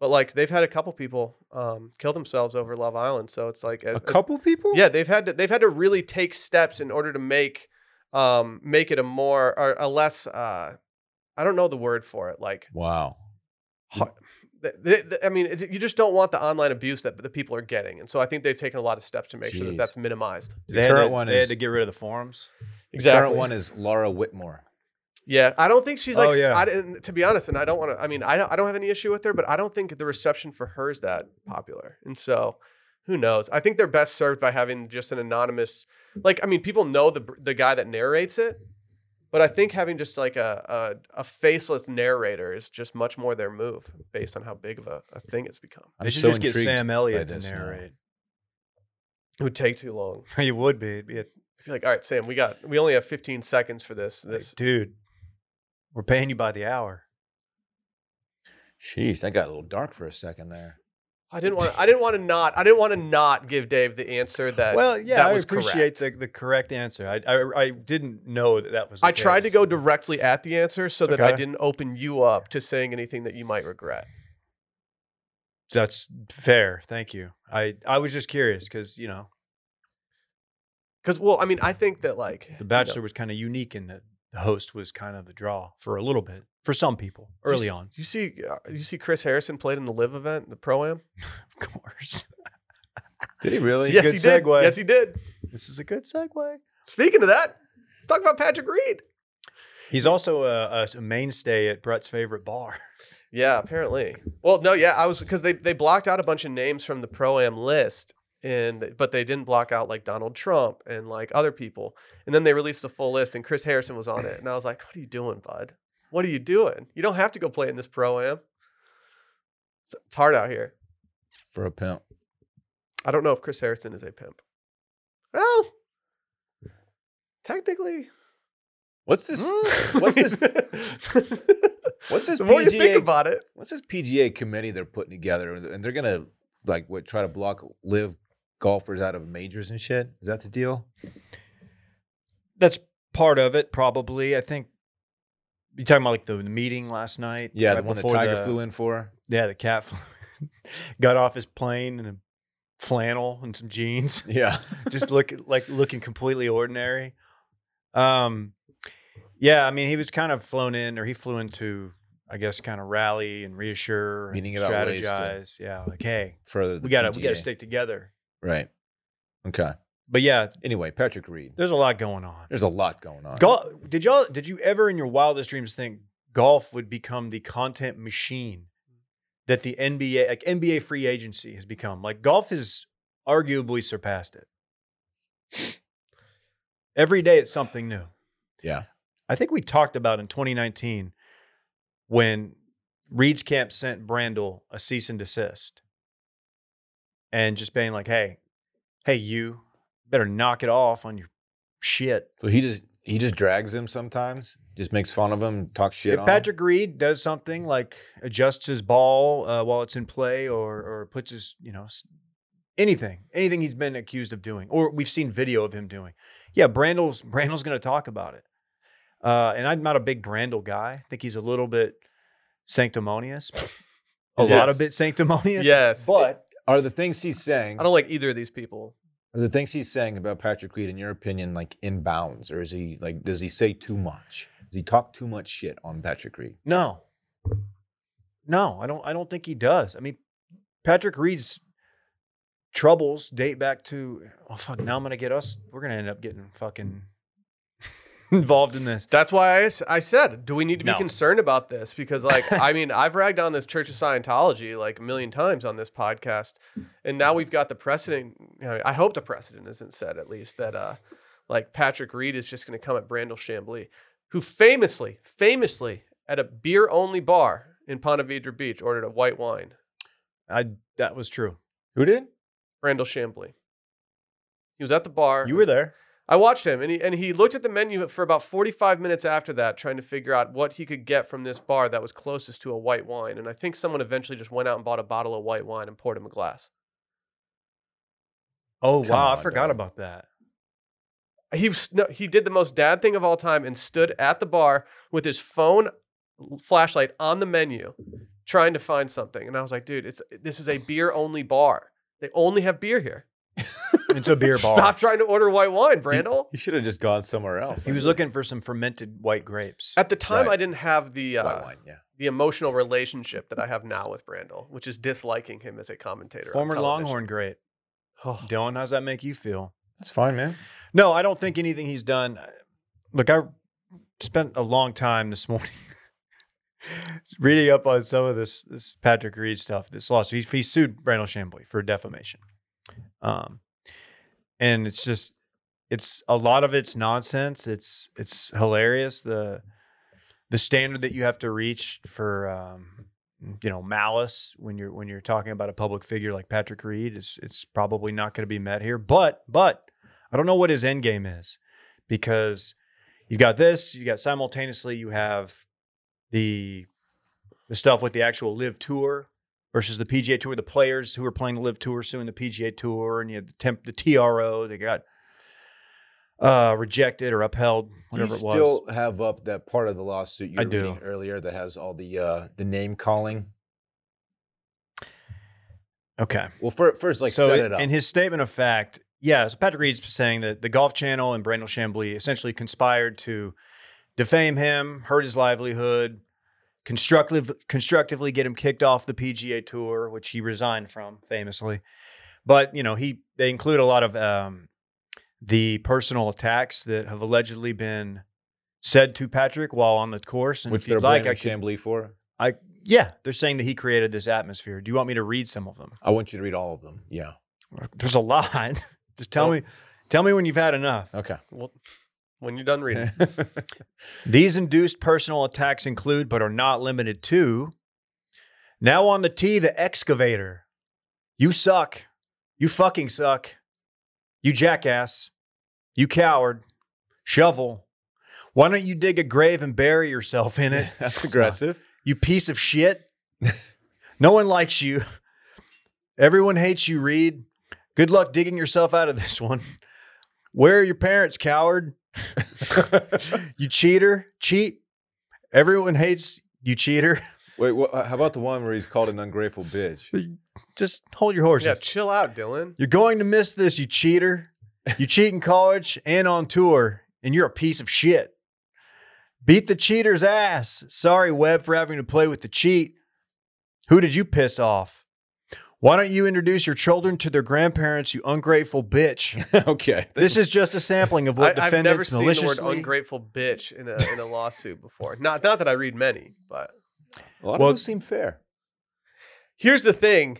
[SPEAKER 1] But like they've had a couple people um, kill themselves over Love Island, so it's like
[SPEAKER 3] A couple people.
[SPEAKER 1] uh, yeah, they've had to they've had to really take steps in order to make um make it a more or a less uh I don't know the word for it like
[SPEAKER 3] Wow.
[SPEAKER 1] ho- th- th- th- I mean it, you just don't want the online abuse that the people are getting and so I think they've taken a lot of steps to make sure that
[SPEAKER 3] Jeez.
[SPEAKER 1] that's minimized.
[SPEAKER 3] The
[SPEAKER 2] they had
[SPEAKER 3] current
[SPEAKER 2] to,
[SPEAKER 3] one
[SPEAKER 2] they
[SPEAKER 3] is
[SPEAKER 2] had to get rid of the forums.
[SPEAKER 3] The current one is Laura Whitmore.
[SPEAKER 1] Yeah, I don't think she's
[SPEAKER 2] Oh,
[SPEAKER 1] like
[SPEAKER 2] yeah.
[SPEAKER 1] I didn't to be honest and I don't want to I mean I don't I don't have any issue with her but I don't think the reception for her is that popular. And so who knows? I think they're best served by having just an anonymous like I mean people know the the guy that narrates it but I think having just like a a, a faceless narrator is just much more their move based on how big of a, a thing it's become.
[SPEAKER 3] I'm
[SPEAKER 2] they should
[SPEAKER 3] so
[SPEAKER 2] just get
[SPEAKER 3] intrigued
[SPEAKER 2] Sam
[SPEAKER 3] by
[SPEAKER 2] Elliott to
[SPEAKER 3] this now.
[SPEAKER 2] narrate.
[SPEAKER 1] It would take too long.
[SPEAKER 2] you would be. It'd be a,
[SPEAKER 1] I'd be like, "All right, Sam, we got we only have 15 seconds for this
[SPEAKER 2] like,
[SPEAKER 1] this
[SPEAKER 2] dude, we're paying you by the hour.
[SPEAKER 3] Sheesh, that got a little dark for a second there.
[SPEAKER 1] I didn't want. I didn't want to not. I didn't want to not give Dave the answer that.
[SPEAKER 2] well, yeah,
[SPEAKER 1] that
[SPEAKER 2] I
[SPEAKER 1] was correct.
[SPEAKER 2] appreciate the, the correct answer. I, I I didn't know that that was. The
[SPEAKER 1] I tried to
[SPEAKER 2] case.
[SPEAKER 1] go directly at the answer so
[SPEAKER 2] It's
[SPEAKER 1] that I
[SPEAKER 2] okay.
[SPEAKER 1] didn't open you up to saying anything that you might regret.
[SPEAKER 2] That's fair. Thank you. I I was just curious because you know
[SPEAKER 1] Because, well, I mean, I think that like
[SPEAKER 2] the Bachelor was kind of unique in that the host was kind of the draw for a little bit for some people early
[SPEAKER 1] Just-
[SPEAKER 2] on.
[SPEAKER 1] you see, uh, you see, Chris Harrison played in the live event, the pro am.
[SPEAKER 2] Of course,
[SPEAKER 3] Did he really?
[SPEAKER 1] yes,
[SPEAKER 2] good
[SPEAKER 1] he did.
[SPEAKER 2] segue.
[SPEAKER 1] Yes, he did.
[SPEAKER 2] this is a good segue.
[SPEAKER 1] Speaking of that, let's talk about Patrick Reed.
[SPEAKER 2] He's also a, a mainstay at Brett's favorite bar.
[SPEAKER 1] Yeah, apparently. Well, no, yeah, I was because they they blocked out a bunch of names from the pro am list, and but they didn't block out like Donald Trump and like other people, and then they released the full list, and Chris Harrison was on it, and I was like, "What are you doing, bud? What are you doing? You don't have to go play in this pro am. It's, it's hard out here.
[SPEAKER 3] For a pimp.
[SPEAKER 1] I don't know if Chris Harrison is a pimp. Well, technically,
[SPEAKER 3] What's this?
[SPEAKER 1] mm,
[SPEAKER 3] what's this?
[SPEAKER 1] the
[SPEAKER 3] What's this
[SPEAKER 1] more you think
[SPEAKER 3] PGA?
[SPEAKER 1] about it,
[SPEAKER 3] What's this PGA committee they're putting together? And they're gonna like what? Try to block live golfers out of majors and shit. Is that the deal?
[SPEAKER 2] That's part of it, probably. I think you talking about like the, the meeting last night.
[SPEAKER 3] Yeah,
[SPEAKER 2] right
[SPEAKER 3] the one that
[SPEAKER 2] before
[SPEAKER 3] Tiger flew in for.
[SPEAKER 2] Yeah, the cat flew, got off his plane in a flannel and some jeans.
[SPEAKER 3] Yeah.
[SPEAKER 2] just look like looking completely ordinary. Um, yeah, I mean, he was kind of flown in, or he flew into, I guess, kind of rally and reassure,
[SPEAKER 3] Meaning
[SPEAKER 2] and
[SPEAKER 3] about ways to-
[SPEAKER 2] strategize. yeah, like hey,
[SPEAKER 3] Further, the
[SPEAKER 2] we gotta we gotta
[SPEAKER 3] PGA.
[SPEAKER 2] stick together.
[SPEAKER 3] Right. Okay.
[SPEAKER 2] But yeah,
[SPEAKER 3] Anyway, Patrick Reed.
[SPEAKER 2] there's a lot going on.
[SPEAKER 3] There's a lot going on.
[SPEAKER 2] Gol did y'all did you ever in your wildest dreams think golf would become the content machine that the NBA like NBA free agency has become? Like golf has arguably surpassed it. Every day it's something new.
[SPEAKER 3] Yeah.
[SPEAKER 2] I think we talked about in 2019 when Reed's camp sent Brandel a cease and desist and just being like, hey, hey, you better knock it off on your shit.
[SPEAKER 3] So he just he just drags him sometimes. Just makes fun of him. Talks shit.
[SPEAKER 2] If
[SPEAKER 3] on him.
[SPEAKER 2] Patrick Reed does something like adjusts his ball uh, while it's in play, or or puts his you know s- anything anything he's been accused of doing, or we've seen video of him doing, yeah, Brandel's Brandel's going to talk about it. Uh, and I'm not a big Brandel guy. I think he's a little bit sanctimonious, a lot
[SPEAKER 1] Yes.
[SPEAKER 2] of bit sanctimonious.
[SPEAKER 1] yes.
[SPEAKER 2] but
[SPEAKER 3] are the things he's saying.
[SPEAKER 1] I don't like either of these people.
[SPEAKER 3] Are the things he's saying about Patrick Reed, in your opinion, like in bounds, or is he like does he say too much? Does he talk too much shit on Patrick Reed?
[SPEAKER 2] No. No, I don't I don't think he does. I mean, Patrick Reed's troubles date back to oh fuck, now I'm gonna get us we're gonna end up getting fucking involved in this.
[SPEAKER 1] That's why I, s- I said, do we need to be
[SPEAKER 2] No.
[SPEAKER 1] concerned about this? Because, like, I mean, I've ragged on this Church of Scientology like a million times on this podcast, and now we've got the precedent. You know, I hope the precedent isn't set, at least that, uh, like, Patrick Reed is just going to come at Brandel Chambly, who famously, famously, at a beer only bar in Ponte Vedra Beach, ordered a white wine.
[SPEAKER 2] I that was true.
[SPEAKER 3] Who did?
[SPEAKER 1] Brandel Chambly. He was at the bar.
[SPEAKER 2] You were there.
[SPEAKER 1] I watched him, and he and he looked at the menu for about forty five minutes after that, trying to figure out what he could get from this bar that was closest to a white wine. And I think someone eventually just went out and bought a bottle of white wine and poured him a glass.
[SPEAKER 2] Oh
[SPEAKER 3] Come
[SPEAKER 2] wow,
[SPEAKER 3] on,
[SPEAKER 2] I forgot
[SPEAKER 3] dog.
[SPEAKER 2] about that.
[SPEAKER 1] He was, no, he did the most dad thing of all time and stood at the bar with his phone flashlight on the menu, trying to find something. And I was like, dude, it's this is a beer only bar. They only have beer here.
[SPEAKER 2] It's a beer bar.
[SPEAKER 1] Stop trying to order white wine, Brandel.
[SPEAKER 3] You should have just gone somewhere else.
[SPEAKER 2] He was looking for some fermented white grapes.
[SPEAKER 1] At the time,
[SPEAKER 3] Right.
[SPEAKER 1] I didn't have the uh,
[SPEAKER 3] white wine. Yeah.
[SPEAKER 1] the emotional relationship that I have now with Brandel, which is disliking him as a commentator. on
[SPEAKER 2] Former
[SPEAKER 1] television.
[SPEAKER 2] Longhorn grape.
[SPEAKER 1] Oh,
[SPEAKER 2] Dylan, how's that make you feel?
[SPEAKER 3] That's fine, man.
[SPEAKER 2] No, I don't think anything he's done. uh, Look, I spent a long time this morning reading up on some of this this Patrick Reed stuff, this lawsuit. He, he sued Brandel Chambly for defamation. Um, and it's just, it's a lot of it's nonsense. It's it's hilarious the the standard that you have to reach for um, you know malice when you're when you're talking about a public figure like Patrick Reed is it's probably not going to be met here. But but I don't know what his end game is because you've got this, you got simultaneously you have the the stuff with the actual live tour versus the PGA tour, the players who are playing the live tour suing the PGA tour, and you had the temp the TRO they got uh rejected or upheld, whatever
[SPEAKER 3] you
[SPEAKER 2] it was.
[SPEAKER 3] still have up that part of the lawsuit you
[SPEAKER 2] I
[SPEAKER 3] were
[SPEAKER 2] do.
[SPEAKER 3] reading earlier that has all the uh, the name calling.
[SPEAKER 2] okay.
[SPEAKER 3] Well, fir- first, like
[SPEAKER 2] so
[SPEAKER 3] set
[SPEAKER 2] in-
[SPEAKER 3] it up.
[SPEAKER 2] in his statement of fact, yeah, so Patrick Reed's saying that the Golf Channel and Brandel Chambly essentially conspired to defame him, hurt his livelihood, constructive constructively get him kicked off the PGA Tour, which he resigned from famously. But you know, he they include a lot of um, the personal attacks that have allegedly been said to Patrick while on the course. And
[SPEAKER 3] which
[SPEAKER 2] if you'd
[SPEAKER 3] they're
[SPEAKER 2] like,
[SPEAKER 3] blaming
[SPEAKER 2] I can,
[SPEAKER 3] Chambly for.
[SPEAKER 2] yeah, they're saying that he created this atmosphere. Do you want me to read some of them?
[SPEAKER 3] I want you to read all of them. Yeah.
[SPEAKER 2] There's a lot. Just tell
[SPEAKER 1] Well-
[SPEAKER 2] me tell me when you've had enough.
[SPEAKER 3] Okay.
[SPEAKER 1] well, when you're done reading,
[SPEAKER 2] These induced personal attacks include but are not limited to Now on the tee the excavator. You suck. You fucking suck. You jackass. You coward. Shovel. Why don't you dig a grave and bury yourself in it?
[SPEAKER 3] That's aggressive.
[SPEAKER 2] You piece of shit. no one likes you. Everyone hates you, Reed. Good luck digging yourself out of this one. Where are your parents, coward? you cheater. Cheat. Everyone hates you, cheater.
[SPEAKER 3] Wait, wha- how about the one where he's called an ungrateful bitch?
[SPEAKER 2] Just hold your horses.
[SPEAKER 1] yeah, chill out, Dylan.
[SPEAKER 2] You're going to miss this, you cheater. You cheat in college and on tour, and you're a piece of shit. Beat the cheater's ass. Sorry, Webb, for having to play with the cheat. Who did you piss off? Why don't you introduce your children to their grandparents, you ungrateful bitch?
[SPEAKER 3] okay.
[SPEAKER 2] This is just a sampling of
[SPEAKER 1] I,
[SPEAKER 2] what
[SPEAKER 1] I've never
[SPEAKER 2] defendants
[SPEAKER 1] seen the word
[SPEAKER 2] maliciously.
[SPEAKER 1] ungrateful bitch in a in a lawsuit before. Not not that I read many, but
[SPEAKER 3] A lot
[SPEAKER 2] Well-
[SPEAKER 3] of those seem fair.
[SPEAKER 1] here's the thing: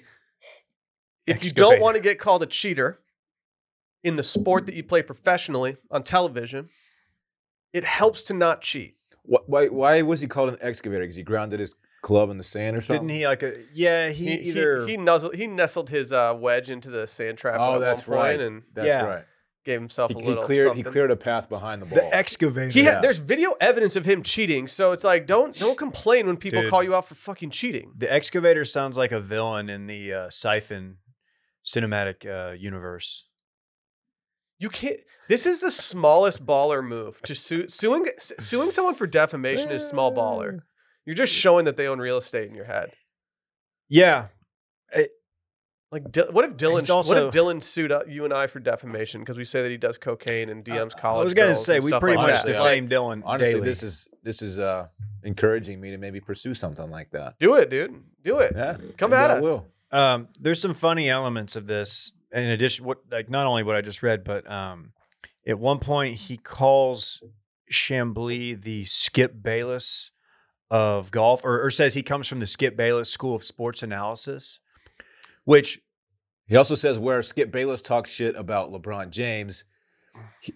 [SPEAKER 1] if you don't
[SPEAKER 2] Excavator.
[SPEAKER 1] want to get called a cheater in the sport that you play professionally on television, it helps to not cheat.
[SPEAKER 3] Wh- Why, why was he called an excavator? Because he grounded his club in the sand or something?
[SPEAKER 2] Didn't he like a yeah? He,
[SPEAKER 1] He he,
[SPEAKER 2] either
[SPEAKER 1] he, nuzzled, he nestled his uh, wedge into the sand trap.
[SPEAKER 3] Oh,
[SPEAKER 1] at
[SPEAKER 3] that's
[SPEAKER 1] one point
[SPEAKER 3] right.
[SPEAKER 1] And
[SPEAKER 3] That's
[SPEAKER 2] Yeah.
[SPEAKER 3] right.
[SPEAKER 1] gave himself
[SPEAKER 3] He,
[SPEAKER 1] a
[SPEAKER 3] he
[SPEAKER 1] little
[SPEAKER 3] cleared, he
[SPEAKER 1] something.
[SPEAKER 3] cleared a path behind the ball.
[SPEAKER 2] the excavator.
[SPEAKER 1] He
[SPEAKER 3] Yeah.
[SPEAKER 1] had, there's video evidence of him cheating, so it's like don't don't complain when people
[SPEAKER 2] Dude.
[SPEAKER 1] call you out for fucking cheating.
[SPEAKER 2] The excavator sounds like a villain in the uh, Siphon cinematic uh, universe.
[SPEAKER 1] You can't. This is the smallest baller move. To sue, suing s- suing someone for defamation is small baller. You're just showing that they own real estate in your head.
[SPEAKER 2] Yeah. It-
[SPEAKER 1] Like, Dil- what if Dylan?
[SPEAKER 2] He's
[SPEAKER 1] what
[SPEAKER 2] also-
[SPEAKER 1] if Dylan sued uh, you and I for defamation because we say that he does cocaine and DMs college?
[SPEAKER 2] Uh, I was gonna
[SPEAKER 1] girls
[SPEAKER 2] say
[SPEAKER 1] and
[SPEAKER 2] we
[SPEAKER 1] stuff
[SPEAKER 2] pretty
[SPEAKER 1] like
[SPEAKER 2] much
[SPEAKER 1] that.
[SPEAKER 3] honestly,
[SPEAKER 1] Like,
[SPEAKER 2] defame Dylan.
[SPEAKER 3] Honestly,
[SPEAKER 2] daily.
[SPEAKER 3] this is this is uh, encouraging me to maybe pursue something like that.
[SPEAKER 1] do it, dude. Do it.
[SPEAKER 3] Yeah,
[SPEAKER 1] Come
[SPEAKER 3] maybe
[SPEAKER 1] at
[SPEAKER 3] I
[SPEAKER 1] us.
[SPEAKER 3] will.
[SPEAKER 2] um, there's some funny elements of this in addition what like not only what i just read but um, at one point he calls chambly the skip bayless of golf or, or says he comes from the skip bayless school of sports analysis which
[SPEAKER 3] He also says where Skip Bayless talks shit about LeBron James, he,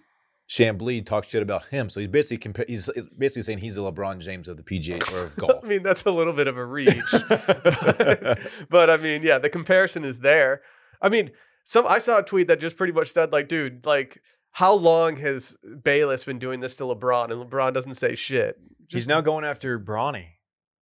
[SPEAKER 3] Chambly talks shit about him. So he's basically compa- he's he's basically saying he's the LeBron James of the PGA or of golf.
[SPEAKER 1] I mean, that's a little bit of a reach. but, but, I mean, yeah, the comparison is there. I mean, some I saw a tweet that just pretty much said, like, dude, like, how long has Bayless been doing this to LeBron? And LeBron doesn't say shit.
[SPEAKER 2] he's now going after bronny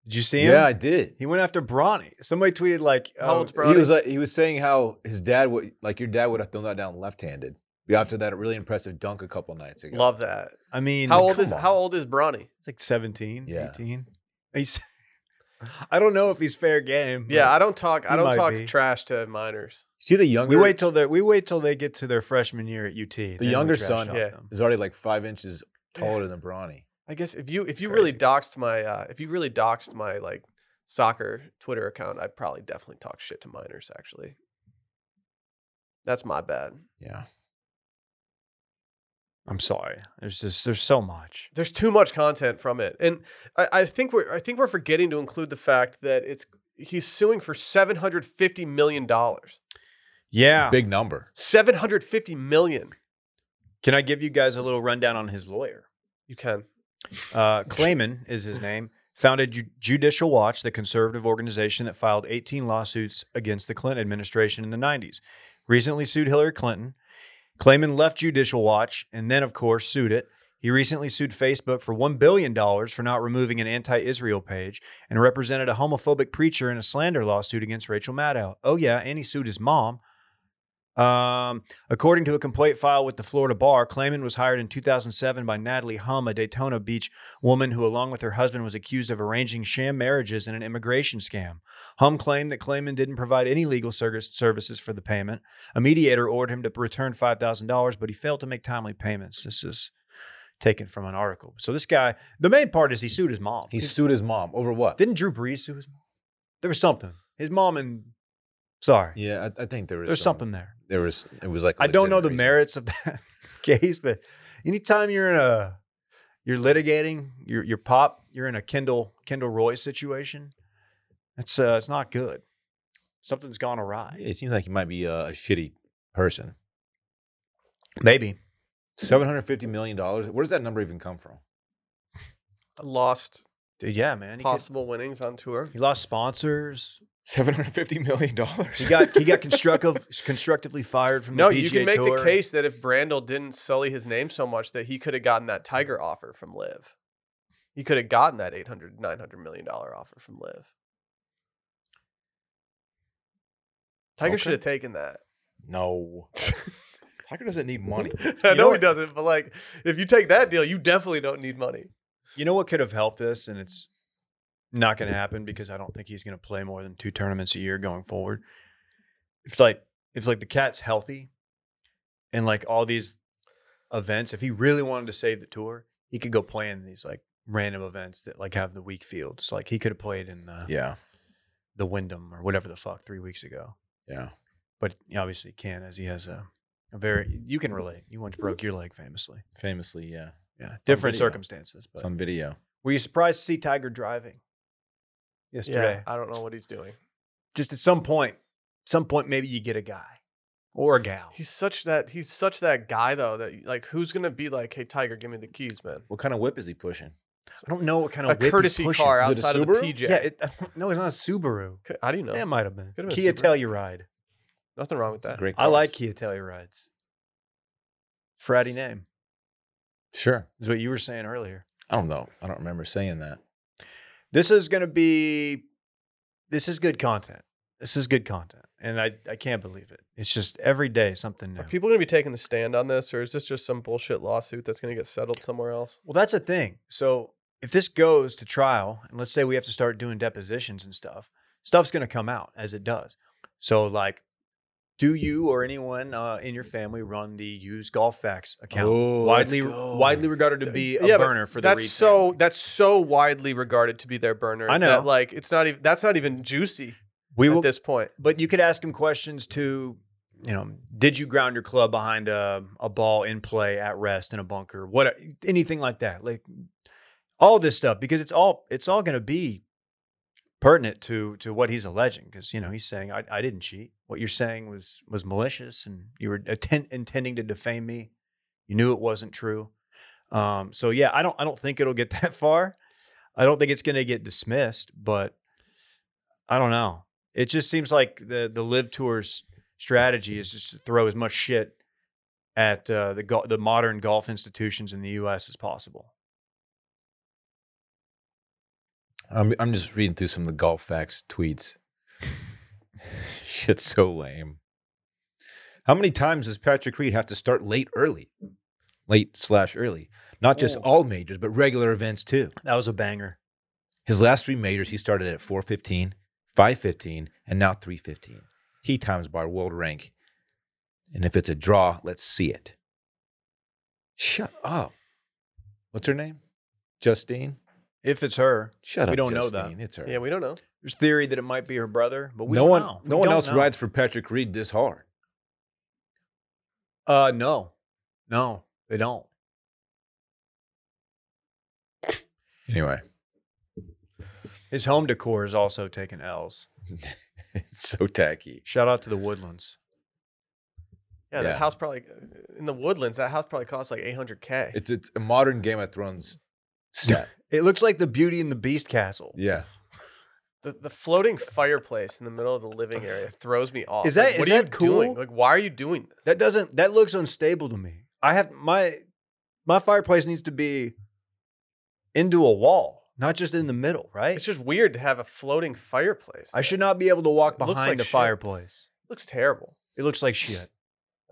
[SPEAKER 2] did you see him
[SPEAKER 3] yeah, I did.
[SPEAKER 2] he went after bronny somebody tweeted like
[SPEAKER 1] How
[SPEAKER 2] oh,
[SPEAKER 1] old's
[SPEAKER 3] He
[SPEAKER 1] Bronny?
[SPEAKER 3] was like, he was saying how his dad would like your dad would have thrown that down left-handed after that really impressive dunk a couple nights ago.
[SPEAKER 1] Love that.
[SPEAKER 2] i mean
[SPEAKER 1] How old
[SPEAKER 2] come
[SPEAKER 1] is
[SPEAKER 2] on.
[SPEAKER 1] how old is Bronny?
[SPEAKER 2] It's like 17,
[SPEAKER 3] Yeah.
[SPEAKER 2] 18. He's I don't know if he's fair game. but
[SPEAKER 1] Yeah, I don't talk.
[SPEAKER 2] He
[SPEAKER 1] I don't
[SPEAKER 2] might
[SPEAKER 1] talk
[SPEAKER 2] be.
[SPEAKER 1] trash to minors.
[SPEAKER 3] See the younger
[SPEAKER 2] we wait till they we wait till they get to their freshman year at UT. then we
[SPEAKER 3] younger
[SPEAKER 2] trash
[SPEAKER 3] son-
[SPEAKER 2] talk
[SPEAKER 1] Yeah.
[SPEAKER 2] them.
[SPEAKER 3] is already like five inches taller than Bronny.
[SPEAKER 1] I guess if you if you really doxed my uh, if you really doxed my like soccer Twitter account, I'd probably definitely talk shit to minors. Actually, that's my bad.
[SPEAKER 3] Yeah.
[SPEAKER 2] I'm sorry. There's just there's so much.
[SPEAKER 1] there's too much content from it, and I, I think we're I think we're forgetting to include the fact that it's he's suing for seven hundred fifty million dollars.
[SPEAKER 2] Yeah.
[SPEAKER 3] Big number.
[SPEAKER 1] Seven hundred fifty million.
[SPEAKER 2] Can I give you guys a little rundown on his lawyer?
[SPEAKER 1] You can.
[SPEAKER 2] Uh, Clayman is his name. Founded Ju- Judicial Watch, the conservative organization that filed 18 lawsuits against the Clinton administration in the 90s. Recently sued Hillary Clinton. Clayman left Judicial Watch and then, of course, sued it. He recently sued Facebook for $1 billion for not removing an anti Israel page and represented a homophobic preacher in a slander lawsuit against Rachel Maddow. Oh, yeah, and he sued his mom. Um, according to a complaint filed with the Florida Bar, Clayman was hired in 2007 by Natalie Hum, a Daytona Beach woman who, along with her husband, was accused of arranging sham marriages in an immigration scam. Hum claimed that Clayman didn't provide any legal ser- services for the payment. A mediator ordered him to return $5,000, but he failed to make timely payments. This is taken from an article. So this guy, the main part is he sued his mom.
[SPEAKER 3] He sued his mom over what?
[SPEAKER 2] Didn't Drew Brees sue his mom? There was something. His mom and sorry,
[SPEAKER 3] yeah, I, I think there was
[SPEAKER 2] there's
[SPEAKER 3] some-
[SPEAKER 2] something there.
[SPEAKER 3] There was it was like
[SPEAKER 2] I don't know the
[SPEAKER 3] legitimate reason.
[SPEAKER 2] merits of that case, but anytime you're in a you're litigating your your pop, you're in a Kendall Kendall Roy situation. It's uh, it's not good. Something's gone awry.
[SPEAKER 3] It seems like he might be a, a shitty person.
[SPEAKER 2] Maybe
[SPEAKER 3] Seven hundred fifty million dollars. Where does that number even come from?
[SPEAKER 1] Lost
[SPEAKER 2] dude. Yeah, man. He, could-
[SPEAKER 1] possible winnings on tour.
[SPEAKER 2] he lost sponsors.
[SPEAKER 3] Seven hundred fifty million dollars.
[SPEAKER 2] He got he got constructive constructively fired from the
[SPEAKER 1] No,
[SPEAKER 2] PGA
[SPEAKER 1] you can make
[SPEAKER 2] Tour.
[SPEAKER 1] the case that if Brandel didn't sully his name so much that he could have gotten that Tiger offer from Live. He could have gotten that 800 900 million dollar offer from Live. Tiger
[SPEAKER 3] Okay.
[SPEAKER 1] should have taken that.
[SPEAKER 3] no. Tiger doesn't need money.
[SPEAKER 1] I
[SPEAKER 2] You know
[SPEAKER 1] know he
[SPEAKER 2] what-
[SPEAKER 1] doesn't, but like if you take that deal, you definitely don't need money.
[SPEAKER 2] You know what could have helped this, and it's not going to happen because I don't think he's going to play more than two tournaments a year going forward. If like if like the cat's healthy, and like all these events, if he really wanted to save the tour, he could go play in these like random events that like have the weak fields. Like he could have played in the
[SPEAKER 3] Yeah,
[SPEAKER 2] the Wyndham or whatever the fuck three weeks ago,
[SPEAKER 3] yeah.
[SPEAKER 2] but he obviously can't as he has a, a very you can relate. You once broke your leg famously.
[SPEAKER 3] Famously, yeah.
[SPEAKER 2] Yeah, different
[SPEAKER 3] video.
[SPEAKER 2] circumstances. But
[SPEAKER 3] It's on video.
[SPEAKER 2] were you surprised to see Tiger driving yesterday?
[SPEAKER 1] Yeah, I don't know what he's doing.
[SPEAKER 2] Just at some point, some point, maybe you get a guy or a gal.
[SPEAKER 1] He's such that he's such that guy though that like who's gonna be like, hey Tiger, give me the keys, man.
[SPEAKER 3] What kind of whip is he pushing?
[SPEAKER 2] I don't know what kind
[SPEAKER 1] A
[SPEAKER 2] of whip
[SPEAKER 1] courtesy
[SPEAKER 2] he's pushing.
[SPEAKER 1] car
[SPEAKER 3] Is it a
[SPEAKER 1] outside of the
[SPEAKER 3] Subaru?
[SPEAKER 1] PJ.
[SPEAKER 2] Yeah, it, I don't- no, it's not a Subaru.
[SPEAKER 1] C- How do you know?
[SPEAKER 2] That might have been
[SPEAKER 1] Could've been a
[SPEAKER 2] Kia
[SPEAKER 1] Subaru.
[SPEAKER 2] Telluride.
[SPEAKER 1] Nothing wrong with
[SPEAKER 3] It's a
[SPEAKER 1] that.
[SPEAKER 3] Great.
[SPEAKER 2] I like
[SPEAKER 3] cause.
[SPEAKER 2] Kia Tellurides. Friday name
[SPEAKER 3] Sure.
[SPEAKER 2] is what you were saying earlier.
[SPEAKER 3] I don't know. I don't remember saying that.
[SPEAKER 2] This is going to be. This is good content. This is good content, and I I can't believe it. It's just every day something new.
[SPEAKER 1] Are people going to be taking the stand on this, or is this just some bullshit lawsuit that's going to get settled somewhere else?
[SPEAKER 2] Well, that's a thing. So if this goes to trial, and let's say we have to start doing depositions and stuff, stuff's going to come out as it does. So like Do you or anyone uh, in your family run the used golf facts account?
[SPEAKER 3] Oh, let's
[SPEAKER 2] widely
[SPEAKER 3] go.
[SPEAKER 2] widely regarded to be a
[SPEAKER 1] Yeah, but
[SPEAKER 2] burner for the
[SPEAKER 1] that's
[SPEAKER 2] Reed
[SPEAKER 1] so
[SPEAKER 2] family.
[SPEAKER 1] that's so widely regarded to be their burner.
[SPEAKER 2] I know.
[SPEAKER 1] that, like it's not even that's not even juicy
[SPEAKER 2] we
[SPEAKER 1] at
[SPEAKER 2] will
[SPEAKER 1] this point.
[SPEAKER 2] but you could ask him questions to you know did you ground your club behind a, a ball in play at rest in a bunker what anything like that like all this stuff because it's all it's all going to be pertinent to to what he's alleging because you know he's saying I, I didn't cheat what you're saying was was malicious and you were atten- intending to defame me you knew it wasn't true um so yeah i don't i don't think it'll get that far i don't think it's going to get dismissed but i don't know it just seems like the the live tour's strategy is just to throw as much shit at uh, the go- the modern golf institutions in the U.S. as possible.
[SPEAKER 3] I'm, I'm just reading through some of the golf facts tweets. Shit's so lame. How many times does Patrick Reed have to start late early? Late slash early. Not just
[SPEAKER 2] Ooh.
[SPEAKER 3] all majors, but regular events too.
[SPEAKER 2] That was a banger.
[SPEAKER 3] His last three majors, he started at 415, 515, and now 315. Tee times by world rank. And if it's a draw, let's see it. Shut up. What's her name? Justine?
[SPEAKER 2] If it's her,
[SPEAKER 3] Shut
[SPEAKER 2] We
[SPEAKER 3] up.
[SPEAKER 2] don't know that.
[SPEAKER 3] Justine. It's her.
[SPEAKER 1] Yeah, we don't know.
[SPEAKER 2] there's theory that it might be her brother, but we
[SPEAKER 3] no
[SPEAKER 2] don't
[SPEAKER 3] one,
[SPEAKER 2] know. We
[SPEAKER 3] no one
[SPEAKER 2] don't
[SPEAKER 3] else
[SPEAKER 2] know.
[SPEAKER 3] rides for Patrick Reed this hard.
[SPEAKER 2] Uh, no, no, they don't.
[SPEAKER 3] Anyway,
[SPEAKER 2] His home decor is also taking L's.
[SPEAKER 3] it's so tacky.
[SPEAKER 2] Shout out to the Woodlands.
[SPEAKER 1] Yeah, that
[SPEAKER 3] Yeah.
[SPEAKER 1] house probably in the woodlands. That house probably costs like 800k.
[SPEAKER 3] It's it's a modern Game of Thrones set.
[SPEAKER 2] It looks like the Beauty and the Beast castle.
[SPEAKER 3] yeah,
[SPEAKER 1] The, the floating fireplace in the middle of the living area throws me off.
[SPEAKER 2] Is
[SPEAKER 1] Like,
[SPEAKER 2] that-
[SPEAKER 1] what
[SPEAKER 2] is
[SPEAKER 1] are
[SPEAKER 2] that
[SPEAKER 1] you doing?
[SPEAKER 2] cool?
[SPEAKER 1] Like, why are you doing this?
[SPEAKER 2] That doesn't that looks unstable to me. I have my my fireplace needs to be into a wall, not just in the middle, right?
[SPEAKER 1] It's just weird to have a floating fireplace.
[SPEAKER 2] I should not be able to walk
[SPEAKER 1] It looks
[SPEAKER 2] behind
[SPEAKER 1] like
[SPEAKER 2] the
[SPEAKER 1] shit.
[SPEAKER 2] fireplace.
[SPEAKER 1] looks terrible.
[SPEAKER 2] It looks like shit.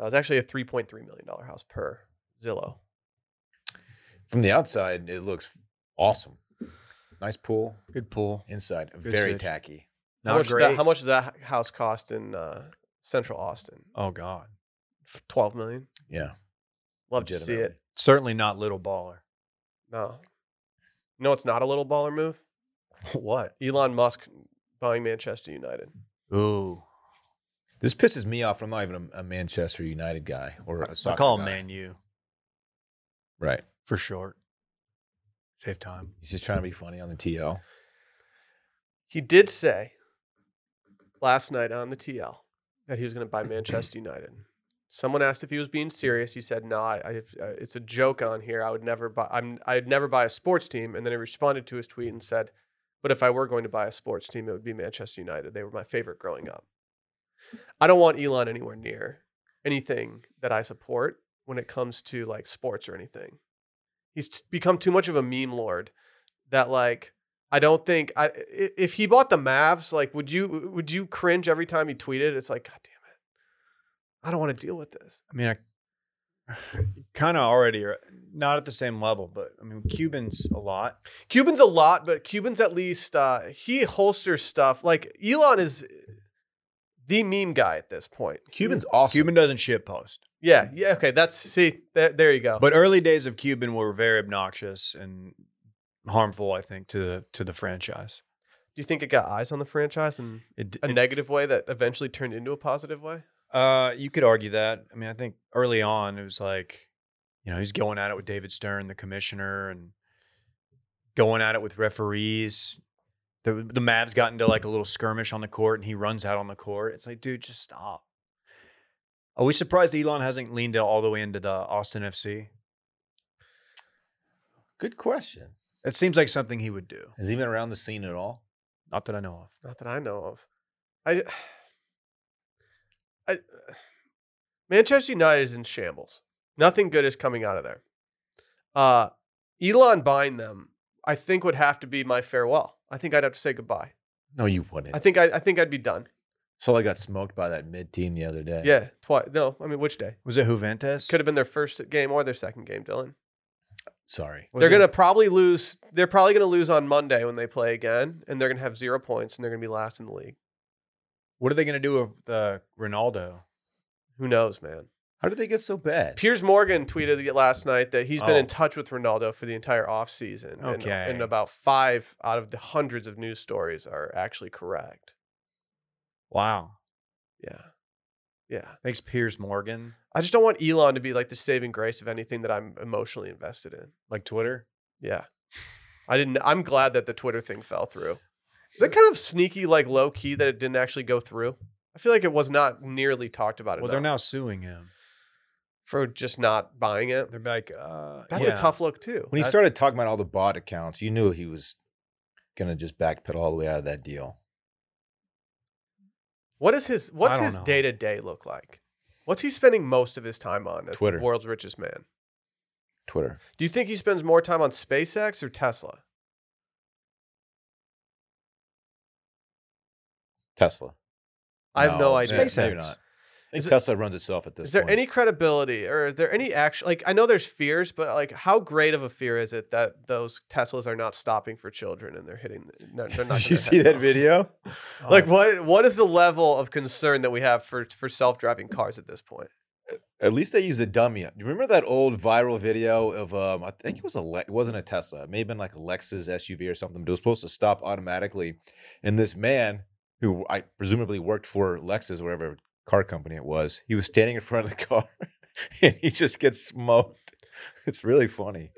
[SPEAKER 1] Uh, it's actually a 3.3 million dollar house per Zillow.
[SPEAKER 3] from the outside it looks awesome. Nice pool.
[SPEAKER 2] Good pool.
[SPEAKER 3] Inside,
[SPEAKER 2] Good
[SPEAKER 3] very
[SPEAKER 2] situation.
[SPEAKER 3] tacky.
[SPEAKER 1] How
[SPEAKER 2] Not
[SPEAKER 1] much, does
[SPEAKER 2] great.
[SPEAKER 1] That, how much does that h- house cost in uh, Central Austin?
[SPEAKER 2] oh god.
[SPEAKER 1] F- 12 million.
[SPEAKER 3] Yeah,
[SPEAKER 1] Love to see it.
[SPEAKER 3] legitimately.
[SPEAKER 2] Certainly not little baller.
[SPEAKER 1] No, no, it's not a little baller move.
[SPEAKER 2] what?
[SPEAKER 1] Elon Musk buying Manchester United.
[SPEAKER 2] Ooh.
[SPEAKER 3] This pisses me off. I'm not even a, a Manchester United guy or a
[SPEAKER 2] I
[SPEAKER 3] soccer
[SPEAKER 2] call him
[SPEAKER 3] guy.
[SPEAKER 2] Man U
[SPEAKER 3] Right.
[SPEAKER 2] for short. Save time.
[SPEAKER 3] He's just trying to be funny on the TL.
[SPEAKER 1] He did say last night on the TL that he was going to buy Manchester United. Someone asked if he was being serious. He said, "No, I, I, if, uh, it's a joke on here. I would never buy. I'm, I'd never buy a sports team." And then he responded to his tweet and said, "But if I were going to buy a sports team, it would be Manchester United. They were my favorite growing up. I don't want Elon anywhere near anything that I support when it comes to like sports or anything. He's t- become too much of a meme lord that like." I don't think I i- if he bought the Mavs, like would you would you cringe every time he tweeted? It's like, God damn it. I don't want to deal with this.
[SPEAKER 2] I mean, I kind of already are not at the same level, but I mean, Cubans a lot.
[SPEAKER 1] Cuban's a lot, but Cuban's at least uh he holsters stuff. Like Elon is uh, the meme guy at this point.
[SPEAKER 3] Cuban's awesome.
[SPEAKER 2] Cuban doesn't shit post.
[SPEAKER 1] Yeah, yeah, okay. That's see, there, there you go.
[SPEAKER 2] But early days of Cuban were very obnoxious and harmful, I think, to the to the franchise.
[SPEAKER 1] do you think it got eyes on the franchise in
[SPEAKER 2] It,
[SPEAKER 1] a
[SPEAKER 2] it-
[SPEAKER 1] negative way that eventually turned into a positive way?
[SPEAKER 2] uh, you could argue that. I mean, I think early on it was like, you know, he's going at it with David Stern, the commissioner, and going at it with referees. The the Mavs got into like a little skirmish on the court, and he runs out on the court. It's like, dude, just stop. Are we surprised Elon hasn't leaned all the way into the Austin FC?
[SPEAKER 3] Good question.
[SPEAKER 2] It seems like something he would do.
[SPEAKER 3] Has he been around the scene at all?
[SPEAKER 2] Not that I know of.
[SPEAKER 1] Not that I know of. I, I, Manchester United is in shambles. Nothing good is coming out of there. Uh, Elon buying them, I think, would have to be my farewell. I think I'd have to say goodbye.
[SPEAKER 3] No, you wouldn't.
[SPEAKER 1] I think I, I think I'd be done.
[SPEAKER 3] so I got smoked by that mid team the other day.
[SPEAKER 1] Yeah, twice. No, I mean, which day?
[SPEAKER 2] Was it Juventus?
[SPEAKER 1] Could have been their first game or their second game, Dylan.
[SPEAKER 3] Sorry.
[SPEAKER 2] Was
[SPEAKER 1] they're
[SPEAKER 2] it-
[SPEAKER 1] gonna probably lose. They're probably gonna lose on Monday when they play again, and they're gonna have zero points, and they're gonna be last in the league.
[SPEAKER 2] What are they going to do with uh, Ronaldo?
[SPEAKER 1] Who knows, man?
[SPEAKER 3] How did they get so bad?
[SPEAKER 1] Piers Morgan tweeted it last night that he's been in
[SPEAKER 2] Oh.
[SPEAKER 1] touch with Ronaldo for the entire offseason. and-
[SPEAKER 2] Okay.
[SPEAKER 1] And, about five out of the hundreds of news stories are actually correct.
[SPEAKER 2] Wow.
[SPEAKER 1] Yeah. Yeah.
[SPEAKER 2] Thanks, Piers Morgan.
[SPEAKER 1] I just don't want Elon to be like the saving grace of anything that I'm emotionally invested in.
[SPEAKER 2] Like Twitter.
[SPEAKER 1] Yeah. I didn't I'm glad that the Twitter thing fell through. Is that kind of sneaky, like low key that it didn't actually go through? I feel like it was not nearly talked about
[SPEAKER 2] Well, they're
[SPEAKER 1] enough
[SPEAKER 2] now suing him.
[SPEAKER 1] for just not buying it.
[SPEAKER 2] They're like, uh,
[SPEAKER 1] That's
[SPEAKER 2] yeah.
[SPEAKER 1] a tough look too.
[SPEAKER 3] When he
[SPEAKER 1] That-
[SPEAKER 3] started talking about all the bot accounts, you knew he was gonna just backpedal all the way out of that deal.
[SPEAKER 1] What is his what's
[SPEAKER 2] don't
[SPEAKER 1] his
[SPEAKER 2] know.
[SPEAKER 1] day to day look like? What's he spending most of his time on as
[SPEAKER 3] Twitter.
[SPEAKER 1] the world's richest man?
[SPEAKER 3] Twitter.
[SPEAKER 1] Do you think he spends more time on SpaceX or Tesla?
[SPEAKER 3] Tesla.
[SPEAKER 1] I have no
[SPEAKER 3] yeah,
[SPEAKER 1] idea.
[SPEAKER 3] Maybe not. I think
[SPEAKER 1] Is it-
[SPEAKER 3] Tesla runs itself at this
[SPEAKER 1] Is there
[SPEAKER 3] point.
[SPEAKER 1] any credibility or is there any action? Like I know there's fears, but like how great of a fear is it that those Teslas are not stopping for children and they're hitting? They're, they're not.
[SPEAKER 3] Did you see that video?
[SPEAKER 2] Oh,
[SPEAKER 1] Like what? What is the level of concern that we have for for self driving cars at this point?
[SPEAKER 3] At least they used a dummy. Do you remember that old viral video of um? I think it was a Le- it wasn't a Tesla. It may have been like a Lexus SUV or something. But it was supposed to stop automatically, and this man who I presumably worked for Lexus, whatever car company it was, he was standing in front of the car, and he just gets smoked. It's really funny.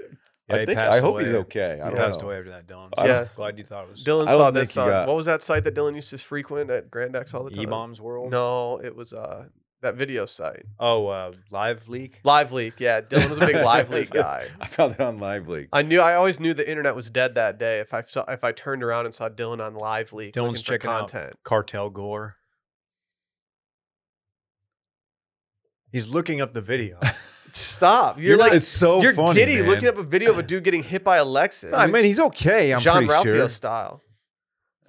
[SPEAKER 2] yeah,
[SPEAKER 3] I
[SPEAKER 2] he
[SPEAKER 3] think
[SPEAKER 2] passed
[SPEAKER 3] I hope he's
[SPEAKER 2] away.
[SPEAKER 3] okay. I
[SPEAKER 2] He
[SPEAKER 3] don't
[SPEAKER 2] passed
[SPEAKER 3] know.
[SPEAKER 2] away after that, Dylan.
[SPEAKER 3] I
[SPEAKER 1] don't-
[SPEAKER 2] So Glad you thought it was
[SPEAKER 1] Dylan
[SPEAKER 3] I don't
[SPEAKER 1] saw this
[SPEAKER 3] think
[SPEAKER 1] on
[SPEAKER 3] he got-
[SPEAKER 1] what was that site that Dylan used to frequent at Grand X all the time?
[SPEAKER 2] E-Bombs World.
[SPEAKER 1] No, it was uh that video site.
[SPEAKER 2] Oh, uh, Live Leak.
[SPEAKER 1] Live leak, yeah. Dylan was a big live leak guy.
[SPEAKER 3] I found it on LiveLeak.
[SPEAKER 1] I knew I always knew the internet was dead that day if I saw if I turned around and saw Dylan on live leak
[SPEAKER 2] Dylan's
[SPEAKER 1] looking for
[SPEAKER 2] checking out.
[SPEAKER 1] content.
[SPEAKER 2] Cartel Gore. He's looking up the video.
[SPEAKER 1] Stop. You're, like
[SPEAKER 3] it's so
[SPEAKER 1] you're
[SPEAKER 3] funny,
[SPEAKER 1] giddy
[SPEAKER 3] man.
[SPEAKER 1] looking up a video of a dude getting hit by a Lexus.
[SPEAKER 3] I mean, he's okay. I'm
[SPEAKER 1] John
[SPEAKER 3] pretty
[SPEAKER 1] Ralphio
[SPEAKER 3] sure.
[SPEAKER 1] style.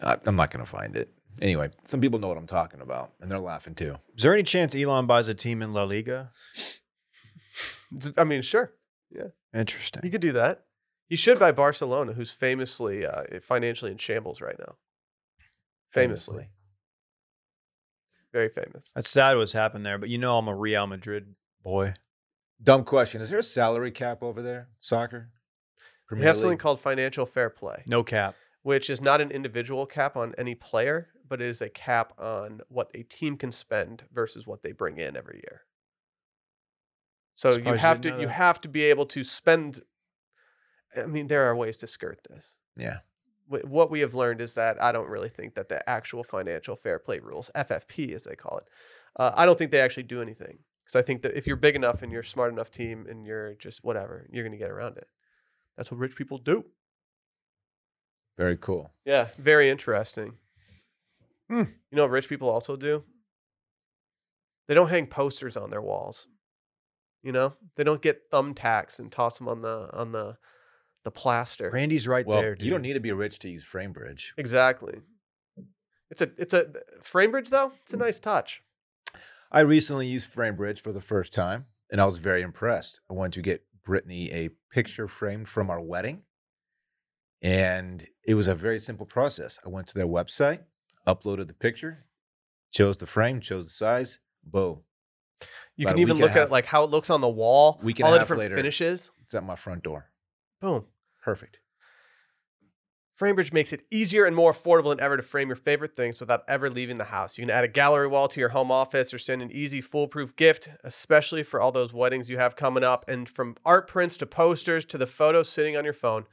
[SPEAKER 3] I, I'm not gonna find it. Anyway, some people know what I'm talking about, and they're laughing too.
[SPEAKER 2] Is there any chance Elon buys a team in La Liga?
[SPEAKER 1] It's- I mean, sure. He
[SPEAKER 2] Interesting.
[SPEAKER 1] could do that. He should buy Barcelona, who's famously uh, financially in shambles right now. Famously. Very famous.
[SPEAKER 2] That's sad what's happened there, but you know I'm a Real Madrid boy.
[SPEAKER 3] Dumb question. Is there a salary cap over there? Soccer?
[SPEAKER 1] They have something called financial fair play.
[SPEAKER 2] No cap.
[SPEAKER 1] which is not an individual cap on any player, but it is a cap on what a team can spend versus what they bring in every year. So you
[SPEAKER 2] Surprised you
[SPEAKER 1] have
[SPEAKER 2] didn't
[SPEAKER 1] to
[SPEAKER 2] know
[SPEAKER 1] you
[SPEAKER 2] that.
[SPEAKER 1] have to be able to spend. I mean, there are ways to skirt this.
[SPEAKER 3] Yeah.
[SPEAKER 1] Wh- What we have learned is that I don't really think that the actual financial fair play rules, FFP as they call it, uh, I don't think they actually do anything. Because I think that if you're big enough and you're a smart enough team and you're just whatever, you're going to get around it. That's what rich people do.
[SPEAKER 3] Very cool.
[SPEAKER 1] Yeah, very interesting.
[SPEAKER 2] Hmm.
[SPEAKER 1] You know what rich people also do? They don't hang posters on their walls. You know, they don't get thumbtacks and toss them on the on the the plaster.
[SPEAKER 2] Randy's right
[SPEAKER 3] well,
[SPEAKER 2] there. Dude.
[SPEAKER 3] you don't need to be rich to use FrameBridge.
[SPEAKER 1] Exactly. It's a it's a Framebridge though. It's a nice touch.
[SPEAKER 3] I recently used FrameBridge for the first time, and I was very impressed. I went to get Brittany a picture framed from our wedding, and it was a very simple process. I went to their website, uploaded the picture, chose the frame, chose the size, boom.
[SPEAKER 1] You
[SPEAKER 3] About
[SPEAKER 1] can even
[SPEAKER 3] a week and a
[SPEAKER 1] look at
[SPEAKER 3] half-
[SPEAKER 1] like how it looks on the wall.
[SPEAKER 3] Week and
[SPEAKER 1] all
[SPEAKER 3] a
[SPEAKER 1] the
[SPEAKER 3] half
[SPEAKER 1] different
[SPEAKER 3] later.
[SPEAKER 1] finishes.
[SPEAKER 3] It's at my front door.
[SPEAKER 1] Boom.
[SPEAKER 3] Perfect.
[SPEAKER 1] Framebridge makes it easier and more affordable than ever to frame your favorite things without ever leaving the house. You can add a gallery wall to your home office or send an easy, foolproof gift, especially for all those weddings you have coming up. And from art prints to posters to the photos sitting on your phone,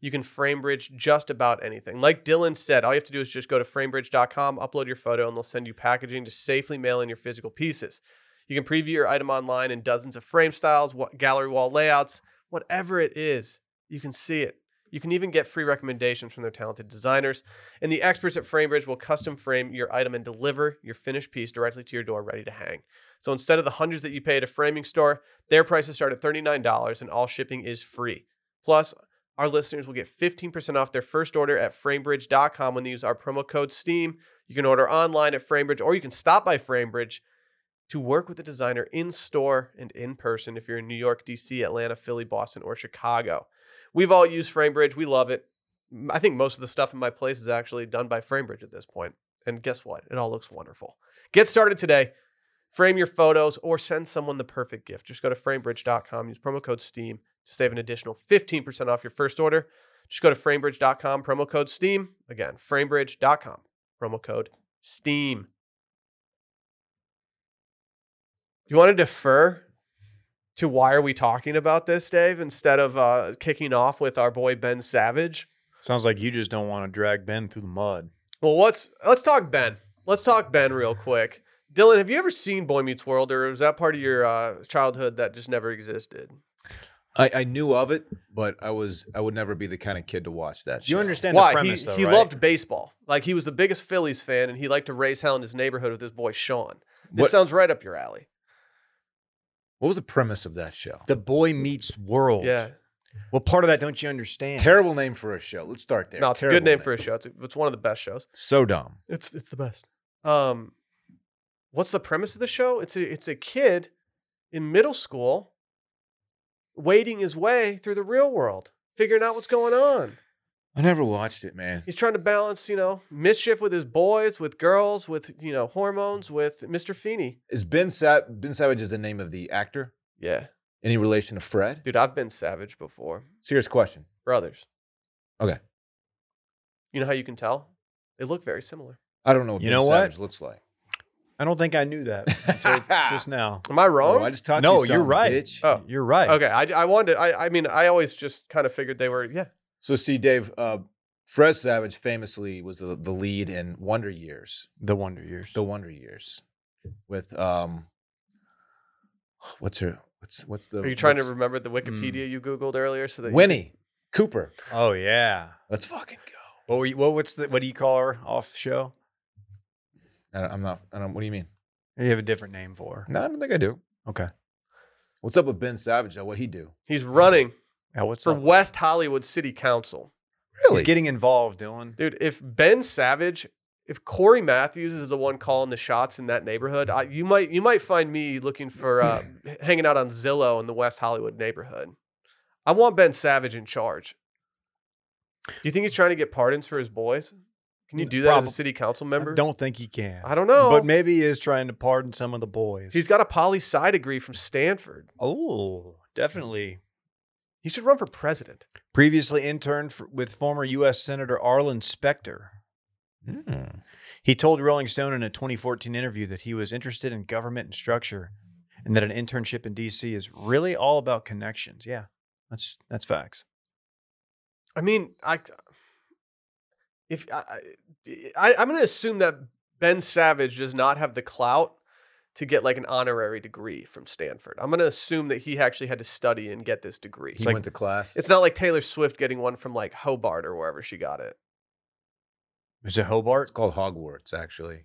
[SPEAKER 1] you can Framebridge just about anything. Like Dylan said, all you have to do is just go to framebridge.com, upload your photo, and they'll send you packaging to safely mail in your physical pieces. You can preview your item online in dozens of frame styles, wa- gallery wall layouts, whatever it is, you can see it. You can even get free recommendations from their talented designers. And the experts at Framebridge will custom frame your item and deliver your finished piece directly to your door ready to hang. So instead of the hundreds that you pay at a framing store, their prices start at $39 and all shipping is free. Plus, our listeners will get 15% off their first order at framebridge.com when they use our promo code STEAM. You can order online at Framebridge or you can stop by Framebridge to work with the designer in store and in person if you're in New York, DC, Atlanta, Philly, Boston, or Chicago. We've all used Framebridge. We love it. M- I think most of the stuff in my place is actually done by Framebridge at this point. And guess what? It all looks wonderful. Get started today. Frame your photos or send someone the perfect gift. Just go to framebridge.com, use promo code STEAM to save an additional 15% off your first order. Just go to framebridge.com, promo code STEAM. Again, framebridge.com, promo code STEAM. Do you want to defer to why are we talking about this, Dave, instead of uh, kicking off with our boy Ben Savage?
[SPEAKER 2] Sounds like you just don't want to drag Ben through the mud.
[SPEAKER 1] Well, let's let's talk Ben. Let's talk Ben real quick. Dylan, have you ever seen Boy Meets World, or was that part of your uh, childhood that just never existed?
[SPEAKER 3] I, I knew of it, but I was I would never be the kind of kid to watch that.
[SPEAKER 2] You
[SPEAKER 3] show.
[SPEAKER 2] understand
[SPEAKER 1] Why
[SPEAKER 2] the premise,
[SPEAKER 1] he
[SPEAKER 2] though,
[SPEAKER 1] he
[SPEAKER 2] right?
[SPEAKER 1] loved baseball. Like he was the biggest Phillies fan, and he liked to raise hell in his neighborhood with his boy Sean. This
[SPEAKER 3] What-
[SPEAKER 1] sounds right up your alley.
[SPEAKER 3] What was the premise of that show?
[SPEAKER 2] the boy meets world.
[SPEAKER 1] Yeah,
[SPEAKER 2] What part of that don't you understand?
[SPEAKER 3] Terrible name for a show. Let's start there.
[SPEAKER 1] no, it's a
[SPEAKER 3] Terrible
[SPEAKER 1] good name for a show. It's, it's one of the best shows.
[SPEAKER 3] So dumb.
[SPEAKER 1] It's it's the best. Um, what's the premise of the show? It's a it's a kid in middle school wading his way through the real world, figuring out what's going on.
[SPEAKER 3] I never watched it, man.
[SPEAKER 1] He's trying to balance, you know, mischief with his boys, with girls, with you know, hormones, with Mr. Feeney.
[SPEAKER 3] Is Ben Sa- Ben Savage is the name of the actor?
[SPEAKER 1] Yeah,
[SPEAKER 3] Any relation to Fred?
[SPEAKER 1] dude, I've been savage before,
[SPEAKER 3] Serious question.
[SPEAKER 1] brothers.
[SPEAKER 3] Okay.
[SPEAKER 1] You know how you can tell? They look very similar.
[SPEAKER 3] I don't know what
[SPEAKER 2] You
[SPEAKER 3] Ben
[SPEAKER 2] know what?
[SPEAKER 3] Savage looks like.
[SPEAKER 2] I don't think I knew that until just now.
[SPEAKER 1] Am I wrong?
[SPEAKER 3] Oh, I just taught
[SPEAKER 2] No,
[SPEAKER 3] you
[SPEAKER 2] you're
[SPEAKER 3] something,
[SPEAKER 2] right. Uh,
[SPEAKER 3] bitch.
[SPEAKER 1] Oh.
[SPEAKER 2] You're right.
[SPEAKER 1] okay, I, I wanted. I I mean, I always just kind of figured they were. Yeah,
[SPEAKER 3] So see, Dave, uh, Fred Savage famously was the, the lead in Wonder Years,
[SPEAKER 2] The Wonder Years.
[SPEAKER 3] the Wonder Years, with um, what's her, what's what's the?
[SPEAKER 1] Are you trying to
[SPEAKER 3] what's-
[SPEAKER 1] remember
[SPEAKER 2] Hmm.
[SPEAKER 1] the Wikipedia you Googled earlier so that you-
[SPEAKER 3] Winnie Cooper?
[SPEAKER 2] oh yeah.
[SPEAKER 3] Let's fucking go.
[SPEAKER 2] What were you, what what's the what do you call her off show?
[SPEAKER 3] I don't, I'm not. I don't. What do you mean?
[SPEAKER 2] You have a different name for
[SPEAKER 3] No, I don't think I do.
[SPEAKER 2] her. Okay.
[SPEAKER 3] What's up with Ben Savage though? What he do?
[SPEAKER 1] he's running
[SPEAKER 2] Now what's
[SPEAKER 1] for
[SPEAKER 2] up?
[SPEAKER 1] West Hollywood City Council.
[SPEAKER 2] He's getting involved, Dylan.
[SPEAKER 1] Dude, if Ben Savage, if Corey Matthews is the one calling the shots in that neighborhood, I, you might you might find me looking for uh, h- hanging out on Zillow in the West Hollywood neighborhood. I want Ben Savage in charge. Do you think he's trying to get pardons for his boys? Can you do that as a
[SPEAKER 2] Probab-
[SPEAKER 1] city council
[SPEAKER 2] I
[SPEAKER 1] member?
[SPEAKER 2] don't think he can.
[SPEAKER 1] I don't know.
[SPEAKER 2] But maybe he is trying to pardon some of the boys.
[SPEAKER 1] he's got a poli sci degree from Stanford.
[SPEAKER 2] Oh, definitely.
[SPEAKER 1] He should run for president.
[SPEAKER 2] Previously interned for, with former U.S. Senator Arlen Specter.
[SPEAKER 1] Hmm.
[SPEAKER 3] Mm.
[SPEAKER 2] He told Rolling Stone in a 2014 interview that he was interested in government and structure, and that an internship in D.C. is really all about connections. Yeah, that's that's facts.
[SPEAKER 1] I mean, I if I, I I'm going to assume that Ben Savage does not have the clout to get like an honorary degree from Stanford. I'm going to assume that he actually had to study and get this degree.
[SPEAKER 3] He
[SPEAKER 1] Like,
[SPEAKER 3] went to class.
[SPEAKER 1] it's not like Taylor Swift getting one from like Hobart or wherever she got it.
[SPEAKER 2] Is it Hobart?
[SPEAKER 3] It's called Hogwarts, actually.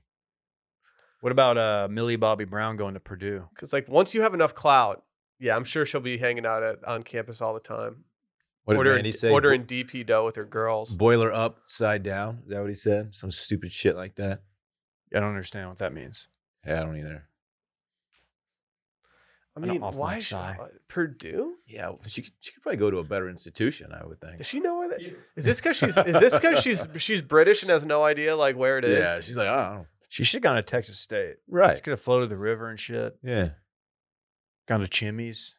[SPEAKER 2] What about uh, Millie Bobby Brown going to Purdue?
[SPEAKER 1] Cuz like once you have enough clout, yeah, I'm sure she'll be hanging out at, on campus all the time.
[SPEAKER 3] What did
[SPEAKER 1] ordering
[SPEAKER 3] Randy say?
[SPEAKER 1] ordering DP dough with her girls.
[SPEAKER 3] boiler upside down. Is that what he said? Some stupid shit like that.
[SPEAKER 2] I don't understand what that means.
[SPEAKER 3] Yeah, I don't either.
[SPEAKER 1] I
[SPEAKER 2] I don't
[SPEAKER 1] mean,
[SPEAKER 2] off my
[SPEAKER 1] why should,
[SPEAKER 2] sigh.
[SPEAKER 1] Purdue?
[SPEAKER 3] Yeah, well, she could, she could probably go to a better institution, I would think.
[SPEAKER 1] Does she know where that is? This because she's is this because she's she's British and has no idea like where it is.
[SPEAKER 3] Yeah, she's like, "Oh, I don't know.
[SPEAKER 2] She should have gone to Texas State. She
[SPEAKER 3] Right.
[SPEAKER 2] could have floated the river and shit.
[SPEAKER 3] Yeah.
[SPEAKER 2] Gone to Chimmy's.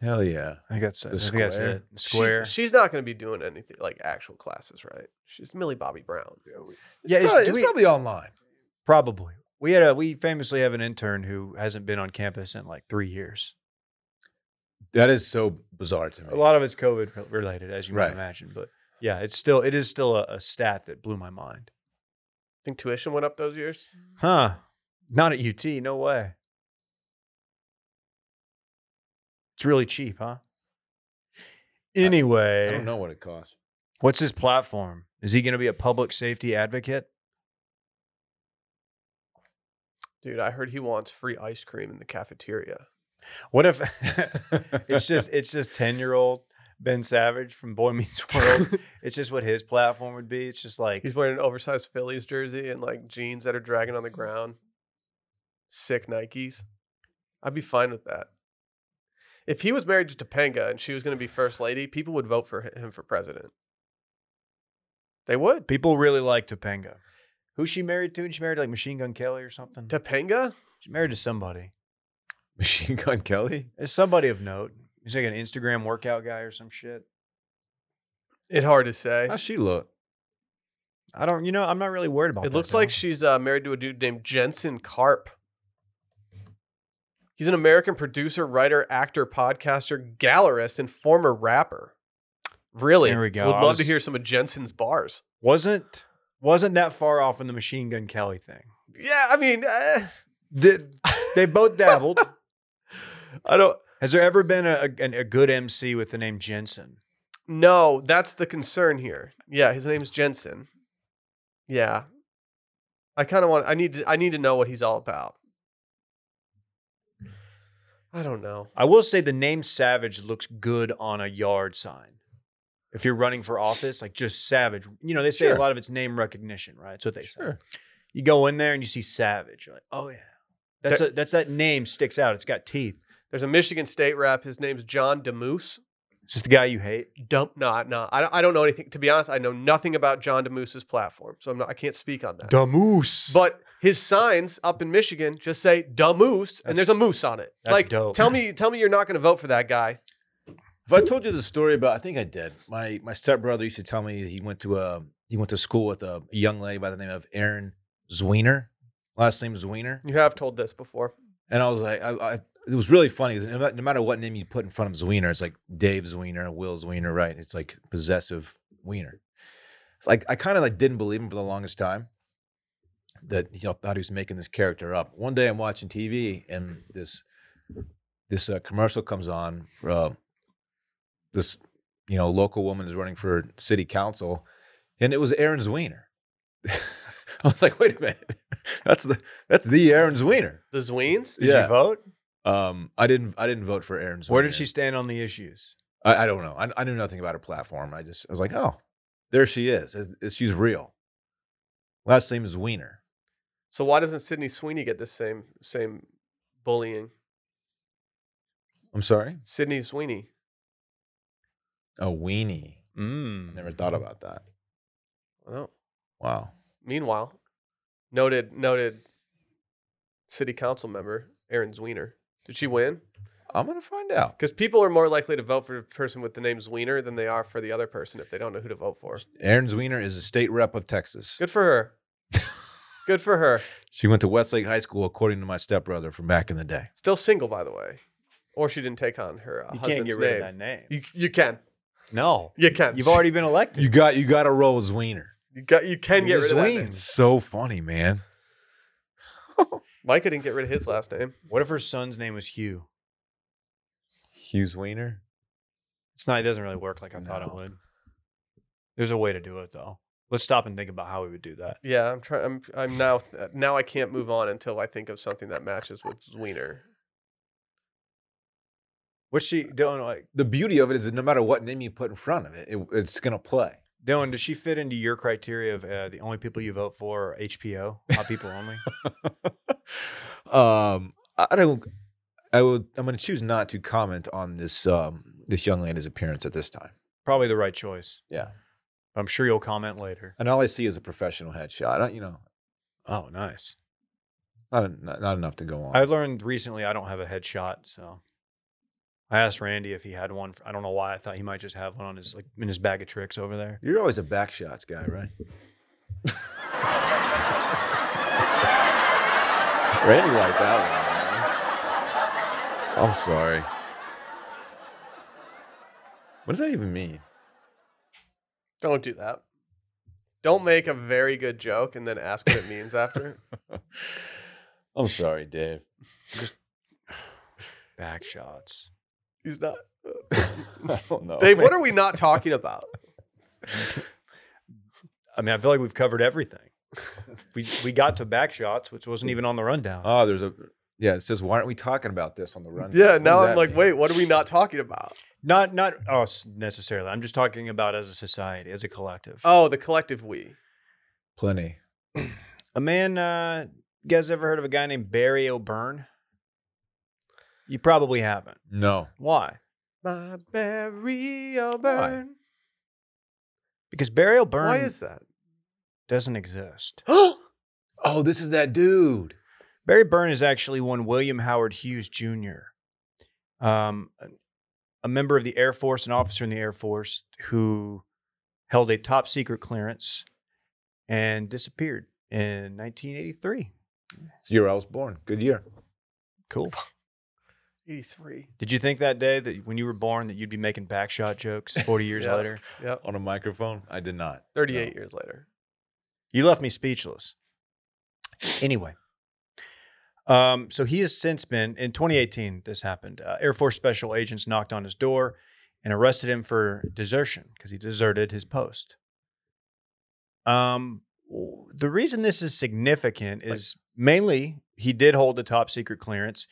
[SPEAKER 3] Hell yeah.
[SPEAKER 2] I think that's, I
[SPEAKER 3] The
[SPEAKER 2] think that's
[SPEAKER 3] square.
[SPEAKER 2] it.
[SPEAKER 1] She's-
[SPEAKER 2] Square.
[SPEAKER 1] She's, not going to be doing anything like actual classes, right? She's Millie Bobby Brown.
[SPEAKER 2] yeah,
[SPEAKER 3] it's,
[SPEAKER 2] it's-
[SPEAKER 3] probably,
[SPEAKER 2] do
[SPEAKER 3] it's
[SPEAKER 2] we-
[SPEAKER 3] probably online.
[SPEAKER 2] Probably. We had a we famously have an intern who hasn't been on campus in like three years.
[SPEAKER 3] That is so bizarre to me.
[SPEAKER 2] A lot of it's COVID re- related, as you
[SPEAKER 3] Right.
[SPEAKER 2] might imagine. But yeah, it's still it is still a, a stat that blew my mind.
[SPEAKER 1] think tuition went up those years.
[SPEAKER 2] Huh? Not at UT. No way. It's really cheap, huh? Anyway,
[SPEAKER 3] I don't know what it costs.
[SPEAKER 2] what's his platform? Is he going to be a public safety advocate?
[SPEAKER 1] Dude, I heard he wants free ice cream in the cafeteria.
[SPEAKER 2] What if it's just it's just 10 year old Ben Savage from Boy Meets World? it's just what his platform would be. It's just like
[SPEAKER 1] He's wearing an oversized Phillies jersey and like jeans that are dragging on the ground. Sick Nikes. I'd be fine with that. If he was married to Topanga and she was going to be first lady, people would vote for hi- him for president. They would.
[SPEAKER 2] people really like Topanga. Who's she married to? And she married like Machine Gun Kelly or something.
[SPEAKER 1] Topanga?
[SPEAKER 2] She's married to somebody.
[SPEAKER 3] Machine Gun Kelly.
[SPEAKER 2] It's somebody of note. He's like an Instagram workout guy or some shit.
[SPEAKER 1] It's hard to say.
[SPEAKER 3] How's she look?
[SPEAKER 2] I don't. You know, I'm not really worried about.
[SPEAKER 1] It
[SPEAKER 2] that,
[SPEAKER 1] looks
[SPEAKER 2] though.
[SPEAKER 1] like she's uh, married to a dude named Jensen Karp. He's an American producer, writer, actor, podcaster, gallerist, and former rapper. Really,
[SPEAKER 2] There we go.
[SPEAKER 1] Would
[SPEAKER 2] I
[SPEAKER 1] love to
[SPEAKER 2] was-
[SPEAKER 1] hear some of Jensen's bars.
[SPEAKER 2] wasn't wasn't that far off from the Machine Gun Kelly thing.
[SPEAKER 1] Yeah, I mean, eh,
[SPEAKER 2] The, they both dabbled.
[SPEAKER 1] I don't.
[SPEAKER 2] Has there ever been a, a, a good MC with the name Jensen?
[SPEAKER 1] No, that's the concern here. Yeah, his name's Jensen. Yeah, I kind of want. I need to. I need to know what he's all about. I don't know.
[SPEAKER 2] I will say the name Savage looks good on a yard sign. If you're running for office, like just Savage, you know, they say a
[SPEAKER 3] Sure.
[SPEAKER 2] lot of it's name recognition, right? That's what they say. You go in there and you see Savage. You're like, oh yeah. That's a, that's that name sticks out. It's got teeth.
[SPEAKER 1] There's a Michigan State rep. His name's John DeMoose.
[SPEAKER 2] It's just the guy you hate.
[SPEAKER 1] Dump, not, nah, nah. I, I don't know anything. To be honest, I know nothing about John DeMoose's platform, so I'm not, I can't speak on that.
[SPEAKER 2] The moose.
[SPEAKER 1] But his signs up in Michigan just say "Da Moose"
[SPEAKER 2] That's-
[SPEAKER 1] and there's a moose on it.
[SPEAKER 2] that's
[SPEAKER 1] like,
[SPEAKER 2] dope.
[SPEAKER 1] tell me, tell me you're not going to vote for that guy.
[SPEAKER 3] If I told you the story about, I think I did. My my stepbrother used to tell me he went to a he went to school with a young lady by the name of Erin Zwiener, last name Zwiener,
[SPEAKER 1] You have told this before.
[SPEAKER 3] and I was like, I, I, it was really funny. 'cause No ma- no matter what name you put in front of Zwiener, it's like Dave Zwiener, Will Zwiener, right? It's like possessive Wiener. It's like I kind of like didn't believe him for the longest time. That you know thought he was making this character up. One day I'm watching TV and this this uh, commercial comes on. for, Uh, this you know local woman is running for city council, and it was Aaron Zwiener. I was like, wait a minute, that's the that's the Aaron Zwiener.
[SPEAKER 1] The Zweens.
[SPEAKER 2] did
[SPEAKER 3] yeah.
[SPEAKER 2] you vote?
[SPEAKER 3] Um, I didn't. I didn't vote for Aaron's.
[SPEAKER 2] Where did she stand on the issues?
[SPEAKER 3] I, I don't know. I, I knew nothing about her platform. I just I was like, oh, there she is. Is- is- She's real. Last name is Wiener.
[SPEAKER 1] So why doesn't Sidney Sweeney get the same same bullying?
[SPEAKER 3] I'm sorry.
[SPEAKER 1] Sidney Sweeney.
[SPEAKER 3] A weenie.
[SPEAKER 2] Mm.
[SPEAKER 3] Never thought about that.
[SPEAKER 1] Well,
[SPEAKER 3] Mm-hmm. Wow.
[SPEAKER 1] meanwhile, noted noted city council member Erin Zwiener. Did she win?
[SPEAKER 3] I'm gonna find out.
[SPEAKER 1] Because people are more likely to vote for the person with the name Zwiener than they are for the other person if they don't know who to vote for.
[SPEAKER 3] Aaron's Wiener is a state rep of Texas.
[SPEAKER 1] Good for her. Good for her.
[SPEAKER 3] She went to Westlake High School, according to my stepbrother from back in the day.
[SPEAKER 1] Still single, by the way. Or she didn't take on her uh,
[SPEAKER 2] You
[SPEAKER 1] husband's
[SPEAKER 2] can't get
[SPEAKER 1] name.
[SPEAKER 2] rid of that name.
[SPEAKER 1] You, you can.
[SPEAKER 2] no.
[SPEAKER 1] You can.
[SPEAKER 2] You've already been elected.
[SPEAKER 3] You got you got to roll as Wiener.
[SPEAKER 1] You, got, you can get
[SPEAKER 2] You're
[SPEAKER 1] rid of that name.
[SPEAKER 2] Zween.
[SPEAKER 3] It's so funny, man.
[SPEAKER 1] Micah didn't get rid of his last name.
[SPEAKER 2] what if her son's name was Hugh?
[SPEAKER 3] Hughes Wiener.
[SPEAKER 2] It's not. It doesn't really work like I thought it
[SPEAKER 3] No.
[SPEAKER 2] would. There's a way to do it though. Let's stop and think about how we would do that.
[SPEAKER 1] Yeah, I'm trying. I'm, I'm now. Now I can't move on until I think of something that matches with Zwiener.
[SPEAKER 2] What's she Dylan? Like
[SPEAKER 3] The beauty of it is that no matter what name you put in front of it, it it's gonna play.
[SPEAKER 2] Dylan, does she fit into your criteria of uh, the only people you vote for are HPO, hot people only?
[SPEAKER 3] um, I I don't. I will. I'm going to choose not to comment on this um, this young lady's appearance at this time.
[SPEAKER 2] Probably the right choice.
[SPEAKER 3] Yeah,
[SPEAKER 2] I'm sure you'll comment later.
[SPEAKER 3] and all I see is a professional headshot. I, you know,
[SPEAKER 2] Oh, nice.
[SPEAKER 3] not, en- not not enough to go on.
[SPEAKER 2] I learned recently I don't have a headshot, so I asked Randy if he had one. I don't know why I thought he might just have one on his like in his bag of tricks over there.
[SPEAKER 3] You're always a back shots guy, right? Randy like that one. man. I'm sorry. What does that even mean?
[SPEAKER 1] Don't do that. Don't make a very good joke and then ask what it means after.
[SPEAKER 3] I'm sorry, Dave.
[SPEAKER 2] Back shots.
[SPEAKER 1] He's not.
[SPEAKER 3] I don't know.
[SPEAKER 1] Dave, what are we not talking about?
[SPEAKER 2] I mean, I feel like we've covered everything. we we got to back shots, which wasn't even on the rundown.
[SPEAKER 3] Oh, there's a yeah. It says, why aren't we talking about this on the run?
[SPEAKER 1] Yeah, now I'm like, wait, what are we not talking about?
[SPEAKER 2] not not us necessarily. I'm just talking about as a society, as a collective.
[SPEAKER 1] Oh, the collective we.
[SPEAKER 3] Plenty.
[SPEAKER 2] a man, uh, you guys ever heard of a guy named Barry O'Byrne? You probably haven't.
[SPEAKER 3] No.
[SPEAKER 2] Why?
[SPEAKER 1] My burial burn.
[SPEAKER 2] Because Barry O'Byrne
[SPEAKER 1] Why is that?
[SPEAKER 2] doesn't exist.
[SPEAKER 3] oh, this is that dude.
[SPEAKER 2] Barry Byrne is actually one William Howard Hughes Jr., um, a member of the Air Force, an officer in the Air Force who held a top secret clearance and disappeared in 1983.
[SPEAKER 3] It's the year I was born. Good year.
[SPEAKER 2] Cool.
[SPEAKER 1] 83.
[SPEAKER 2] Did you think that day that when you were born that you'd be making backshot jokes 40 years
[SPEAKER 1] Yeah.
[SPEAKER 2] later?
[SPEAKER 1] Yep.
[SPEAKER 3] On a microphone? I did not.
[SPEAKER 1] 38
[SPEAKER 3] No.
[SPEAKER 1] years later.
[SPEAKER 2] You left me speechless. Anyway, um, so he has since been in 2018. This happened. Uh, Air Force special agents knocked on his door and arrested him for desertion because he deserted his post. Um, w- the reason this is significant is mainly he did hold the top secret clearance.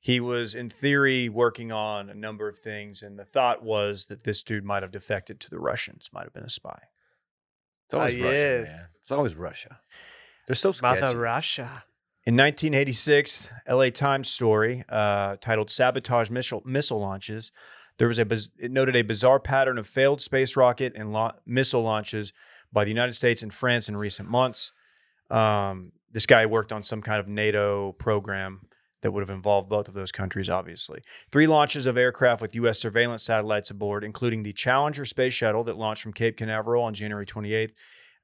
[SPEAKER 2] He was, in theory, working on a number of things, and the thought was that this dude might have defected to the Russians, might have been a spy.
[SPEAKER 3] It's always
[SPEAKER 1] Ah,
[SPEAKER 3] Russia.
[SPEAKER 1] yes.
[SPEAKER 3] man. It's always Russia. They're so sketchy.
[SPEAKER 1] Mother Russia.
[SPEAKER 2] In 1986, LA Times story uh, titled Sabotage Missile, Missile Launches, there was a biz- it noted a bizarre pattern of failed space rocket and lau- missile launches by the United States and France in recent months. Um, this guy worked on some kind of NATO program that would have involved both of those countries, obviously. Three launches of aircraft with U.S. surveillance satellites aboard, including the Challenger space shuttle that launched from Cape Canaveral on January 28th,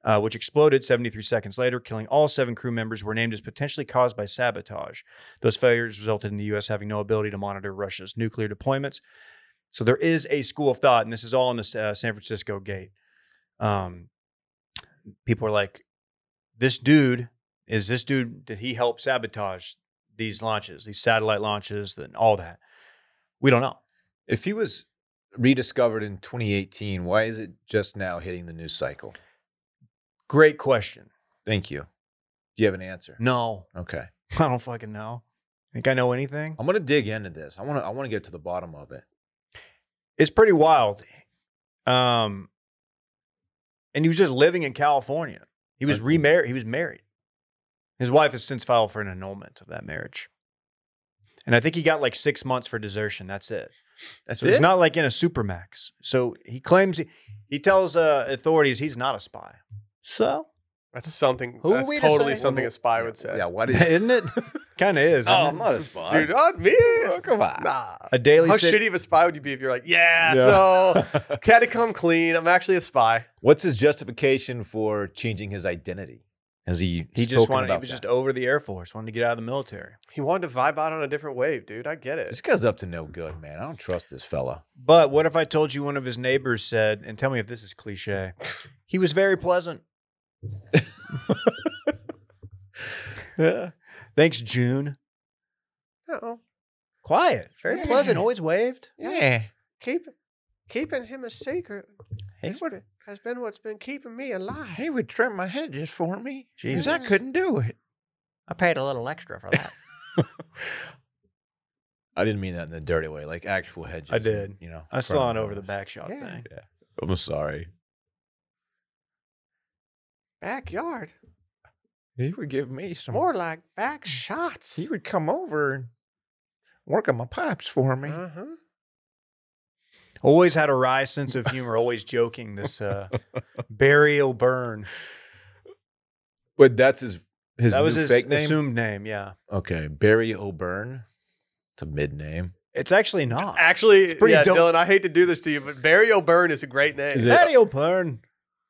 [SPEAKER 2] uh, which exploded 73 seconds later, killing all seven crew members, were named as potentially caused by sabotage. Those failures resulted in the U.S. having no ability to monitor Russia's nuclear deployments. So there is a school of thought, and this is all in the S- uh, San Francisco gate. Um, people are like, this dude is this dude, did he help sabotage these launches, these satellite launches, and all that? We don't know.
[SPEAKER 3] If he was rediscovered in 2018, why is it just now hitting the news cycle?
[SPEAKER 2] Great question.
[SPEAKER 3] Thank you. Do you have an answer?
[SPEAKER 2] No,
[SPEAKER 3] Okay.
[SPEAKER 2] I don't fucking know. Think I know anything?
[SPEAKER 3] I'm gonna dig into this. I wanna I wanna get to the bottom of it.
[SPEAKER 2] it's pretty wild. Um, and he was just living in California. He was
[SPEAKER 3] Uh,
[SPEAKER 2] remarried. He was married. His wife has since filed for an annulment of that marriage. And I think he got like six months for desertion. That's it.
[SPEAKER 3] That's
[SPEAKER 2] So He's not like in a supermax. So he claims he, he tells uh, authorities he's not a spy. So
[SPEAKER 1] That's something.
[SPEAKER 2] Who are
[SPEAKER 1] that's
[SPEAKER 2] we to
[SPEAKER 1] totally
[SPEAKER 2] say?
[SPEAKER 1] something a spy would say.
[SPEAKER 3] Yeah, why did
[SPEAKER 2] isn't it? kind of is. isn't it?
[SPEAKER 3] a spy.
[SPEAKER 1] Um, Oh, Dude, not Oh, me.
[SPEAKER 3] come on.
[SPEAKER 1] Nah.
[SPEAKER 2] a daily.
[SPEAKER 1] How
[SPEAKER 2] cit-
[SPEAKER 1] shitty of a spy would you be if you're like, yeah,
[SPEAKER 2] Yeah.
[SPEAKER 1] so had to come clean. I'm actually a spy.
[SPEAKER 3] What's his justification for changing his identity? Has he
[SPEAKER 2] He just
[SPEAKER 3] spoken
[SPEAKER 2] wanted. He
[SPEAKER 3] about
[SPEAKER 2] was
[SPEAKER 3] that?
[SPEAKER 2] just over the Air Force. Wanted to get out of the military.
[SPEAKER 1] He wanted to vibe out on a different wave, dude. I get
[SPEAKER 3] this
[SPEAKER 1] it.
[SPEAKER 3] guy's up to no good, man. I don't trust this fella.
[SPEAKER 2] But what if I told you one of his neighbors said, and tell me if this is cliche, he was very pleasant. Thanks, June.
[SPEAKER 1] No,
[SPEAKER 2] Quiet, very pleasant, always waved.
[SPEAKER 3] Yeah.
[SPEAKER 1] keep, keeping him a secret
[SPEAKER 3] He
[SPEAKER 1] is what it- has been what's been keeping me alive.
[SPEAKER 3] would trim my head just for me.
[SPEAKER 2] 'cause I Jesus.
[SPEAKER 3] do it.
[SPEAKER 2] I paid a little extra for that.
[SPEAKER 3] I didn't mean that in a dirty way, like actual hedges.
[SPEAKER 2] I did.
[SPEAKER 3] You know,
[SPEAKER 2] I
[SPEAKER 3] front
[SPEAKER 2] saw
[SPEAKER 3] and
[SPEAKER 2] it over the back shot
[SPEAKER 1] Yeah.
[SPEAKER 2] thing.
[SPEAKER 3] I'm sorry.
[SPEAKER 1] Backyard.
[SPEAKER 3] He would give me some
[SPEAKER 1] More like back shots.
[SPEAKER 3] He would come over and work on my pipes for me.
[SPEAKER 1] Uh-huh.
[SPEAKER 2] Always had a wry sense of humor, always joking. This uh, burial burn.
[SPEAKER 3] But that's his his
[SPEAKER 2] that was
[SPEAKER 3] new
[SPEAKER 2] his
[SPEAKER 3] fake name.
[SPEAKER 2] assumed name. Yeah,
[SPEAKER 3] okay, Barry O'Byrne. It's a mid name.
[SPEAKER 2] it's actually not.
[SPEAKER 1] Actually,
[SPEAKER 2] It's pretty
[SPEAKER 1] yeah,
[SPEAKER 2] dope.
[SPEAKER 1] Dylan, I hate to do this to you, but Barry O'Byrne is a great name.
[SPEAKER 3] Is it-
[SPEAKER 2] Burial burn.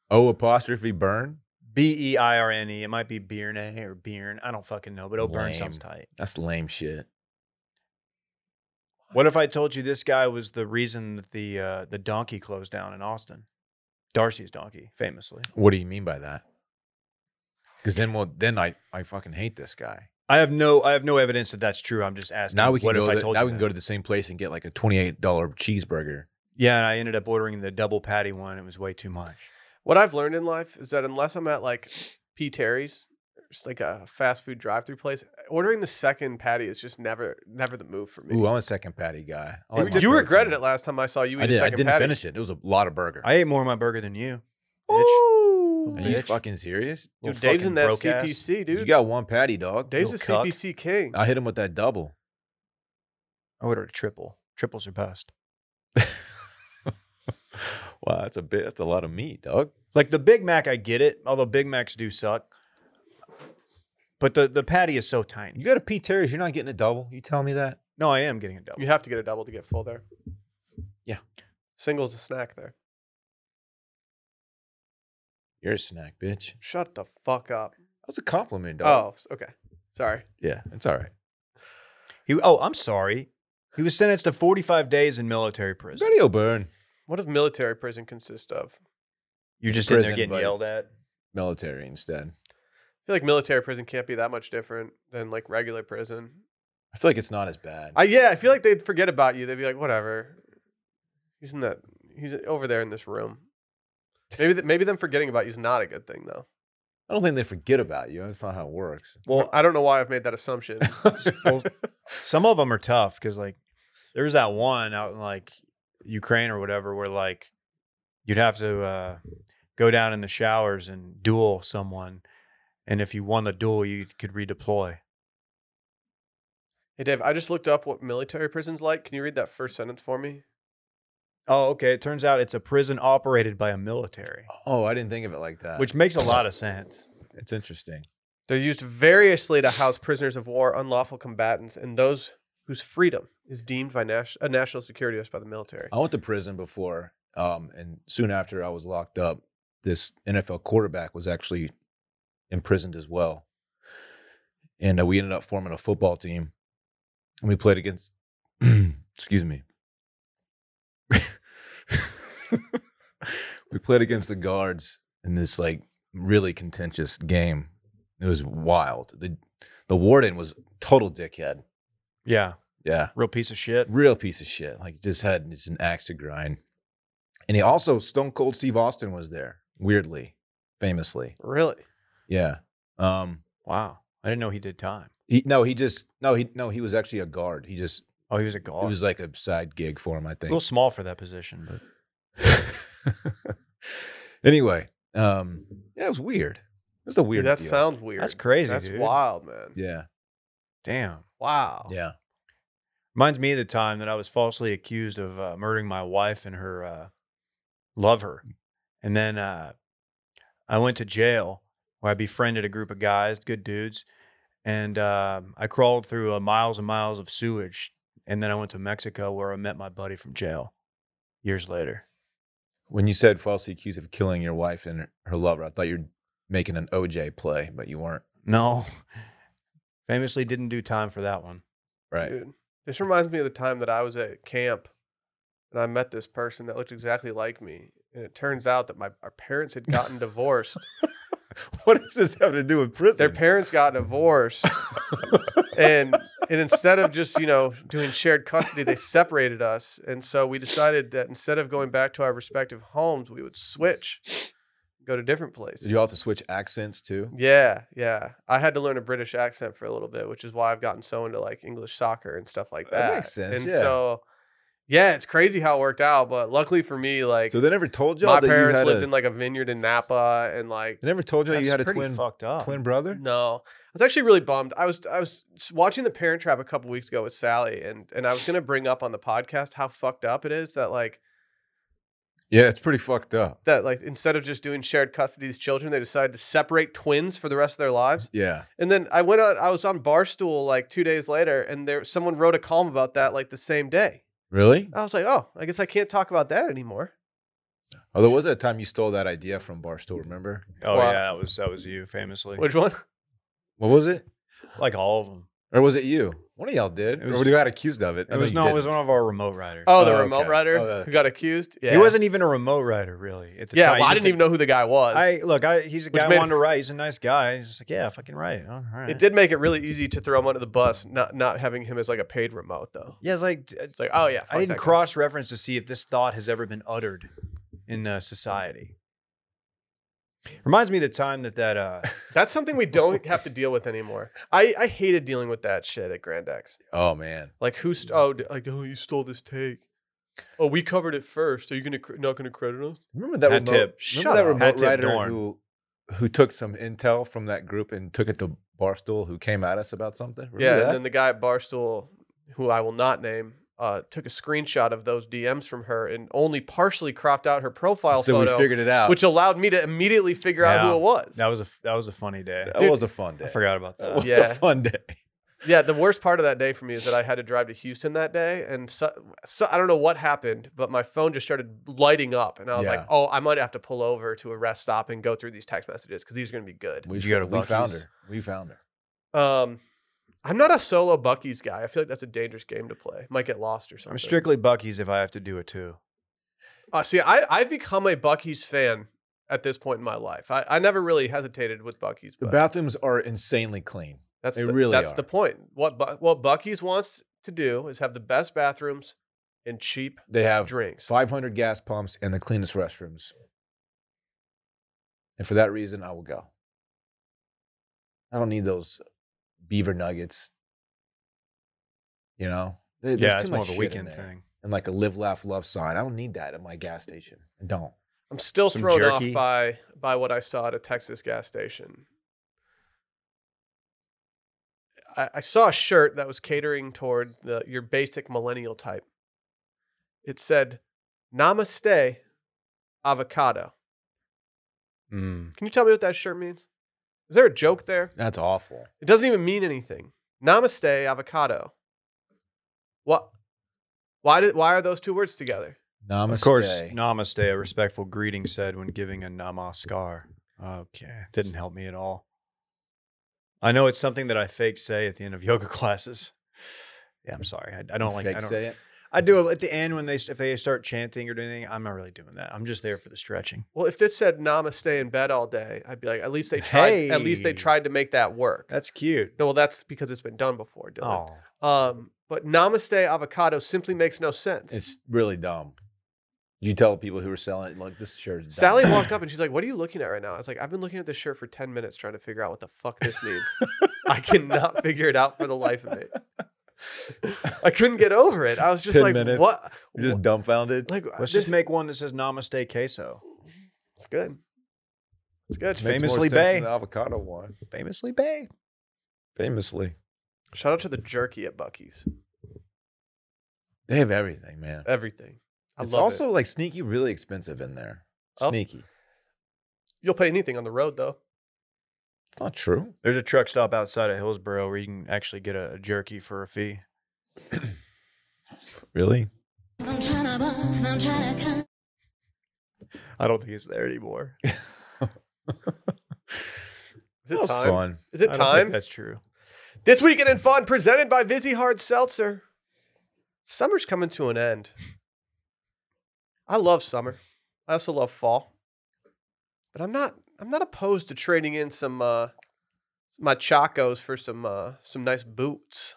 [SPEAKER 3] O apostrophe Byrne.
[SPEAKER 2] B e i r n e. It might be Bierne or Bearn. I don't fucking know, but O'Byrne
[SPEAKER 3] Lame.
[SPEAKER 2] sounds tight.
[SPEAKER 3] That's lame shit.
[SPEAKER 2] What if I told you this guy was the reason that the uh, the donkey closed down in Austin? Darcy's donkey, famously.
[SPEAKER 3] What do you mean by that? Because then, well, then I, I fucking hate this guy.
[SPEAKER 2] I have no I have no evidence that that's true. I'm just asking.
[SPEAKER 3] Now we can
[SPEAKER 2] what
[SPEAKER 3] go.
[SPEAKER 2] if I
[SPEAKER 3] the-
[SPEAKER 2] told
[SPEAKER 3] now
[SPEAKER 2] you
[SPEAKER 3] we can
[SPEAKER 2] that?
[SPEAKER 3] go to the same place and get like a twenty eight dollar cheeseburger.
[SPEAKER 2] Yeah, and I ended up ordering the double patty one. It was way too much.
[SPEAKER 1] What I've learned in life is that unless I'm at like P. Terry's, it's like a fast food drive-through place. Ordering the second patty is just never, never the move for me.
[SPEAKER 3] Ooh, I'm a second patty guy. I like
[SPEAKER 1] And
[SPEAKER 3] my
[SPEAKER 1] you
[SPEAKER 3] protein.
[SPEAKER 1] regretted it last time I saw you eat
[SPEAKER 3] I did.
[SPEAKER 1] a
[SPEAKER 3] I
[SPEAKER 1] second
[SPEAKER 3] didn't
[SPEAKER 1] patty.
[SPEAKER 3] finish it. It was a lot of burger.
[SPEAKER 2] I ate more of my burger than you. bitch.
[SPEAKER 1] Ooh,
[SPEAKER 3] Are you
[SPEAKER 2] bitch.
[SPEAKER 3] fucking serious?
[SPEAKER 1] dude,
[SPEAKER 2] Little
[SPEAKER 1] Dave's in
[SPEAKER 2] fucking
[SPEAKER 1] that
[SPEAKER 2] broke ass.
[SPEAKER 1] CPC,
[SPEAKER 3] You
[SPEAKER 1] dude.
[SPEAKER 3] got one patty, dog.
[SPEAKER 1] Dave's a
[SPEAKER 2] little cuck.
[SPEAKER 1] CPC king.
[SPEAKER 3] I hit him with that double.
[SPEAKER 2] I ordered a triple. Triples are best.
[SPEAKER 3] Wow, that's a bit. That's a lot of meat, dog.
[SPEAKER 2] Like the Big Mac, I get it. Although Big Macs do suck. But the, the patty is so tiny.
[SPEAKER 3] You go to Pete Terry's, you're not getting a double. You tell me that?
[SPEAKER 2] No, I am getting a double.
[SPEAKER 1] You have to get a double to get full there.
[SPEAKER 3] Yeah.
[SPEAKER 1] Single's a snack there.
[SPEAKER 3] You're a snack, bitch. That
[SPEAKER 1] Shut the fuck up.
[SPEAKER 3] was a compliment, dog.
[SPEAKER 1] Oh, s- okay. Sorry.
[SPEAKER 3] yeah, it's all right.
[SPEAKER 2] He, oh, I'm sorry. He was sentenced to 45 days in military prison.
[SPEAKER 3] Radio burn.
[SPEAKER 1] What does military prison consist of? I
[SPEAKER 2] You're just in
[SPEAKER 3] Prison,
[SPEAKER 2] there getting
[SPEAKER 3] but
[SPEAKER 2] yelled
[SPEAKER 3] it's-
[SPEAKER 2] at.
[SPEAKER 3] Military instead.
[SPEAKER 1] feel like military prison can't be that much different than like regular prison.
[SPEAKER 3] I feel like it's not as bad.
[SPEAKER 1] I yeah, I feel like they'd forget about you. They'd be like, whatever. He's in that. He's over there in this room. Maybe th- maybe them forgetting about you is not a good thing though.
[SPEAKER 3] I don't think they forget about you. That's not how it works.
[SPEAKER 1] Well, I don't know why I've made that assumption.
[SPEAKER 2] Well, some of them are tough because like there was that one out in like Ukraine or whatever where like you'd have to uh, go down in the showers and duel someone, and if you won the duel, you could redeploy.
[SPEAKER 1] hey Dave, I just looked up what military prison's like. Can you read that first sentence for me?
[SPEAKER 2] Oh, okay. It turns out it's a prison operated by a military,
[SPEAKER 3] oh, I didn't think of it like that.
[SPEAKER 2] which makes a lot of sense.
[SPEAKER 3] it's interesting.
[SPEAKER 1] They're used variously to house prisoners of war, unlawful combatants, and those whose freedom is deemed by nas- a national security risk by the military.
[SPEAKER 3] I went to prison before, um, and soon after I was locked up, this NFL quarterback was actually imprisoned as well, and uh, we ended up forming a football team, and we played against. excuse me. we played against the guards in this like really contentious game. It was wild. the The warden was total dickhead.
[SPEAKER 2] Yeah,
[SPEAKER 3] Yeah
[SPEAKER 2] real piece of shit.
[SPEAKER 3] real piece of shit. Like just had just an axe to grind. And he also Stone Cold Steve Austin was there, weirdly, famously.
[SPEAKER 1] Really?
[SPEAKER 3] Yeah. Um
[SPEAKER 2] Wow, I didn't know he did time.
[SPEAKER 3] he no, he just no, he no, he was actually a guard. He just
[SPEAKER 2] Oh, he was a
[SPEAKER 3] it
[SPEAKER 2] guard.
[SPEAKER 3] was like a side gig for him, I
[SPEAKER 2] a
[SPEAKER 3] think.
[SPEAKER 2] little small for that position, but
[SPEAKER 3] anyway, um yeah, it was weird. It was a
[SPEAKER 1] Dude,
[SPEAKER 3] weird
[SPEAKER 1] that
[SPEAKER 3] deal.
[SPEAKER 1] sounds weird.
[SPEAKER 2] that's crazy.
[SPEAKER 1] That's
[SPEAKER 2] dude.
[SPEAKER 1] wild, man.
[SPEAKER 3] Yeah.
[SPEAKER 2] Damn.
[SPEAKER 1] Wow.
[SPEAKER 3] Yeah.
[SPEAKER 2] Reminds me of the time that I was falsely accused of uh, murdering my wife and her uh, love her. And then uh, I went to jail where I befriended a group of guys, good dudes. And um I crawled through uh, miles and miles of sewage. And then I went to Mexico where I met my buddy from jail years later.
[SPEAKER 3] When you said falsely accused of killing your wife and her lover, I thought you were making an OJ play, but you weren't.
[SPEAKER 2] No, famously didn't do time for that one.
[SPEAKER 3] Right.
[SPEAKER 1] Dude, this reminds me of the time that I was at camp and I met this person that looked exactly like me. And it turns out that my our parents had gotten divorced.
[SPEAKER 3] What does this have to do with prison?
[SPEAKER 1] Their parents got divorced. and and instead of just, you know, doing shared custody, they separated us. And so we decided that instead of going back to our respective homes, we would switch, go to different places.
[SPEAKER 3] Did you all have to switch accents too?
[SPEAKER 1] Yeah, yeah. I had to learn a British accent for a little bit, which is why I've gotten so into like English soccer and stuff like that.
[SPEAKER 3] That makes sense,
[SPEAKER 1] And
[SPEAKER 3] yeah.
[SPEAKER 1] so, yeah, it's crazy how it worked out. But luckily for me, like
[SPEAKER 3] So they never told y'all
[SPEAKER 1] my
[SPEAKER 3] that
[SPEAKER 1] parents
[SPEAKER 3] you had
[SPEAKER 1] lived
[SPEAKER 3] a,
[SPEAKER 1] in like a vineyard in Napa, and like
[SPEAKER 3] They never told you you
[SPEAKER 2] That's
[SPEAKER 3] had a
[SPEAKER 2] pretty
[SPEAKER 3] twin
[SPEAKER 2] fucked up.
[SPEAKER 3] twin brother.
[SPEAKER 1] no, I was actually really bummed. I was I was s- watching The Parent Trap a couple weeks ago with Sally, and and I was gonna bring up on the podcast how fucked up it is that like
[SPEAKER 3] Yeah, it's pretty fucked up.
[SPEAKER 1] that like instead of just doing shared custody of these children, they decided to separate twins for the rest of their lives.
[SPEAKER 3] Yeah,
[SPEAKER 1] And then I went on. I was on Barstool like two days later, and there someone wrote a column about that like the same day.
[SPEAKER 3] really?
[SPEAKER 1] I was like, oh, I guess I can't talk about that anymore.
[SPEAKER 3] Oh, there was that time you stole that idea from Barstool. Remember
[SPEAKER 2] Oh
[SPEAKER 1] Wow.
[SPEAKER 2] yeah, that was that was you famously.
[SPEAKER 1] Which one?
[SPEAKER 3] what was it?
[SPEAKER 2] like all of them.
[SPEAKER 3] Or was it you? One of y'all did.
[SPEAKER 2] It
[SPEAKER 3] Or
[SPEAKER 2] was-
[SPEAKER 3] Or you got accused of it? I
[SPEAKER 2] It
[SPEAKER 3] know
[SPEAKER 2] was
[SPEAKER 3] you
[SPEAKER 2] no, it was
[SPEAKER 3] didn't.
[SPEAKER 2] one of our remote riders.
[SPEAKER 1] Oh, the
[SPEAKER 3] Oh,
[SPEAKER 1] remote
[SPEAKER 3] okay.
[SPEAKER 1] rider
[SPEAKER 3] Oh, the-
[SPEAKER 1] who got accused. Yeah,
[SPEAKER 2] He wasn't even a remote rider, really. At the
[SPEAKER 1] Yeah,
[SPEAKER 2] time.
[SPEAKER 1] well, I
[SPEAKER 2] He's
[SPEAKER 1] didn't even know who the guy was.
[SPEAKER 2] just a- I look, I, he's a
[SPEAKER 1] Which
[SPEAKER 2] guy
[SPEAKER 1] made-
[SPEAKER 2] wanted to write. He's a nice guy. He's just like, yeah, fucking right. All right.
[SPEAKER 1] it did make it really easy to throw him under the bus, not not having him as like a paid remote though.
[SPEAKER 2] Yeah, it's like, d-
[SPEAKER 1] It's like, oh yeah, fuck
[SPEAKER 2] I didn't
[SPEAKER 1] that guy.
[SPEAKER 2] cross reference to see if this thought has ever been uttered in uh, society. Reminds me of the time that that uh,
[SPEAKER 1] That's something we don't have to deal with anymore. I I hated dealing with that shit at Grand X.
[SPEAKER 3] Oh man,
[SPEAKER 1] Like who? St- oh, d- like oh, you stole this take. Oh, we covered it first. Are you gonna cr- not gonna credit us?
[SPEAKER 3] remember that
[SPEAKER 2] Hat
[SPEAKER 3] remote?
[SPEAKER 2] tip.
[SPEAKER 3] Remember
[SPEAKER 1] Shut
[SPEAKER 3] that
[SPEAKER 1] up.
[SPEAKER 2] Hat
[SPEAKER 3] remote
[SPEAKER 2] tip
[SPEAKER 3] writer
[SPEAKER 2] Dorn.
[SPEAKER 3] who who took some intel from that group and took it to Barstool? Who came at us about something? Remember
[SPEAKER 1] yeah,
[SPEAKER 3] that?
[SPEAKER 1] and then the guy at Barstool, who I will not name, uh, took a screenshot of those DMs from her and only partially cropped out her profile
[SPEAKER 3] so
[SPEAKER 1] photo,
[SPEAKER 3] we figured it out.
[SPEAKER 1] which allowed me to immediately figure out
[SPEAKER 2] Yeah.
[SPEAKER 1] who it was.
[SPEAKER 2] That was a that was a funny day.
[SPEAKER 3] that
[SPEAKER 1] dude,
[SPEAKER 3] was a fun day.
[SPEAKER 2] I forgot about
[SPEAKER 3] That
[SPEAKER 2] that.
[SPEAKER 3] was
[SPEAKER 1] Yeah.
[SPEAKER 3] a fun day.
[SPEAKER 1] Yeah, the worst part of that day for me is that I had to drive to Houston that day, and so, so, I don't know what happened, but my phone just started lighting up, and I was like,
[SPEAKER 3] Yeah.
[SPEAKER 1] "Oh, I might have to pull over to a rest stop and go through these text messages because these are going to be good."
[SPEAKER 3] We,
[SPEAKER 2] you go to
[SPEAKER 3] we found
[SPEAKER 2] Buc-ee's?
[SPEAKER 3] her. We found her.
[SPEAKER 1] Um, I'm not a solo Bucky's guy. I feel like that's a dangerous game to play. Might get lost or something.
[SPEAKER 2] I'm strictly Bucky's if I have to do it too.
[SPEAKER 1] Uh, see, I I've become a Bucky's fan at this point in my life. I, I never really hesitated with Bucky's,
[SPEAKER 3] The
[SPEAKER 1] but
[SPEAKER 3] bathrooms are insanely clean.
[SPEAKER 1] that's
[SPEAKER 3] they
[SPEAKER 1] the,
[SPEAKER 3] really
[SPEAKER 1] that's
[SPEAKER 3] are.
[SPEAKER 1] the point. What Bu- what Bucky's wants to do is have the best bathrooms and cheap
[SPEAKER 3] They have
[SPEAKER 1] drinks.
[SPEAKER 3] 500 gas pumps and the cleanest restrooms. And for that reason, I will go. I don't need those beaver nuggets. You know, There-
[SPEAKER 2] yeah,
[SPEAKER 3] there's
[SPEAKER 2] it's
[SPEAKER 3] too
[SPEAKER 2] more
[SPEAKER 3] much
[SPEAKER 2] of a
[SPEAKER 3] shit in
[SPEAKER 2] weekend
[SPEAKER 3] there.
[SPEAKER 2] thing.
[SPEAKER 3] And like a live, laugh, love sign. I don't need that at my gas station. I don't.
[SPEAKER 1] I'm still
[SPEAKER 2] Some
[SPEAKER 1] thrown
[SPEAKER 2] jerky.
[SPEAKER 1] off by by what I saw at a Texas gas station. I, I saw a shirt that was catering toward the your basic millennial type. It said "Namaste, avocado."
[SPEAKER 3] Mm.
[SPEAKER 1] Can you tell me what that shirt means? Is there a joke there?
[SPEAKER 3] That's awful.
[SPEAKER 1] It doesn't even mean anything. Namaste, avocado. What? Why did? Why are those two words together?
[SPEAKER 3] Namaste.
[SPEAKER 2] Of course, namaste, a respectful greeting said when giving a namaskar. Okay, didn't help me at all. I know it's something that I fake say at the end of yoga classes. Yeah, I'm sorry. I, I don't like. I
[SPEAKER 3] Fake
[SPEAKER 2] don't.
[SPEAKER 3] say it.
[SPEAKER 2] I do it at the end when they if they start chanting or doing anything. I'm not really doing that. I'm just there for the stretching.
[SPEAKER 1] Well, if this said "Namaste" in bed all day, I'd be like, at least they tried. At least they
[SPEAKER 2] Hey.
[SPEAKER 1] tried to make that work.
[SPEAKER 2] That's cute.
[SPEAKER 1] No, well, that's because it's been done before, Dylan.
[SPEAKER 2] Oh,
[SPEAKER 1] Um, but Namaste avocado simply makes no sense.
[SPEAKER 3] It's really dumb. You tell people who are selling it, like, this shirt is dumb.
[SPEAKER 1] Sally walked up and she's like, "What are you looking at right now?" I was like, "I've been looking at this shirt for ten minutes trying to figure out what the fuck this means. I cannot figure it out for the life of me. I couldn't get over it. I was just
[SPEAKER 3] 10
[SPEAKER 1] like,
[SPEAKER 3] minutes.
[SPEAKER 1] "What?
[SPEAKER 3] You're just dumbfounded.
[SPEAKER 1] like uh,
[SPEAKER 2] let's
[SPEAKER 1] this?
[SPEAKER 2] just make one that says namaste queso.
[SPEAKER 1] it's good. It's good.
[SPEAKER 3] Makes more
[SPEAKER 2] famously
[SPEAKER 3] sense
[SPEAKER 2] bay.
[SPEAKER 3] than the avocado one.
[SPEAKER 2] Famously, bay.
[SPEAKER 3] Famously.
[SPEAKER 1] Shout out to the jerky at Bucky's.
[SPEAKER 3] They have everything, man.
[SPEAKER 1] Everything. I
[SPEAKER 3] it's
[SPEAKER 1] love
[SPEAKER 3] also
[SPEAKER 1] it.
[SPEAKER 3] like sneaky, really expensive in there.
[SPEAKER 1] Oh.
[SPEAKER 3] Sneaky.
[SPEAKER 1] You'll pay anything on the road though.
[SPEAKER 3] It's not true.
[SPEAKER 2] There's a truck stop outside of Hillsboro where you can actually get a, a jerky for a fee.
[SPEAKER 3] Really?
[SPEAKER 4] I'm tryna bust, I'm tryna cut.
[SPEAKER 2] I don't think it's there anymore. Is
[SPEAKER 1] Is it
[SPEAKER 3] That was
[SPEAKER 1] time?
[SPEAKER 3] Oh, fun.
[SPEAKER 1] Is it time?
[SPEAKER 2] That's true.
[SPEAKER 1] This weekend in fun, presented by Vizzy Hard Seltzer. Summer's coming to an end. I love summer. I also love fall. But I'm not I'm not opposed to trading in some uh my chacos for some uh some nice boots.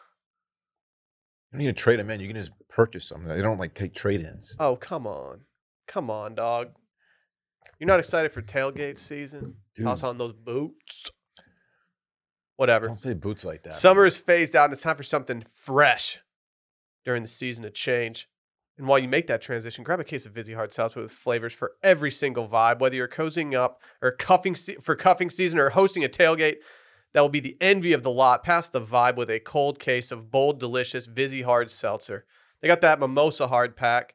[SPEAKER 3] You don't need to trade them in. You can just purchase them. They don't like take trade ins.
[SPEAKER 1] Oh come on. Come on, dog. You're not excited for tailgate season? Toss on those boots. Whatever.
[SPEAKER 3] Don't say boots like that.
[SPEAKER 1] Summer is phased out and it's time for something fresh during the season of change. And while you make that transition, grab a case of Vizzy Hard Seltzer with flavors for every single vibe, whether you're cozying up or cuffing se- for cuffing season or hosting a tailgate. That will be the envy of the lot. Pass the vibe with a cold case of bold, delicious Vizzy Hard Seltzer. They got that mimosa hard pack.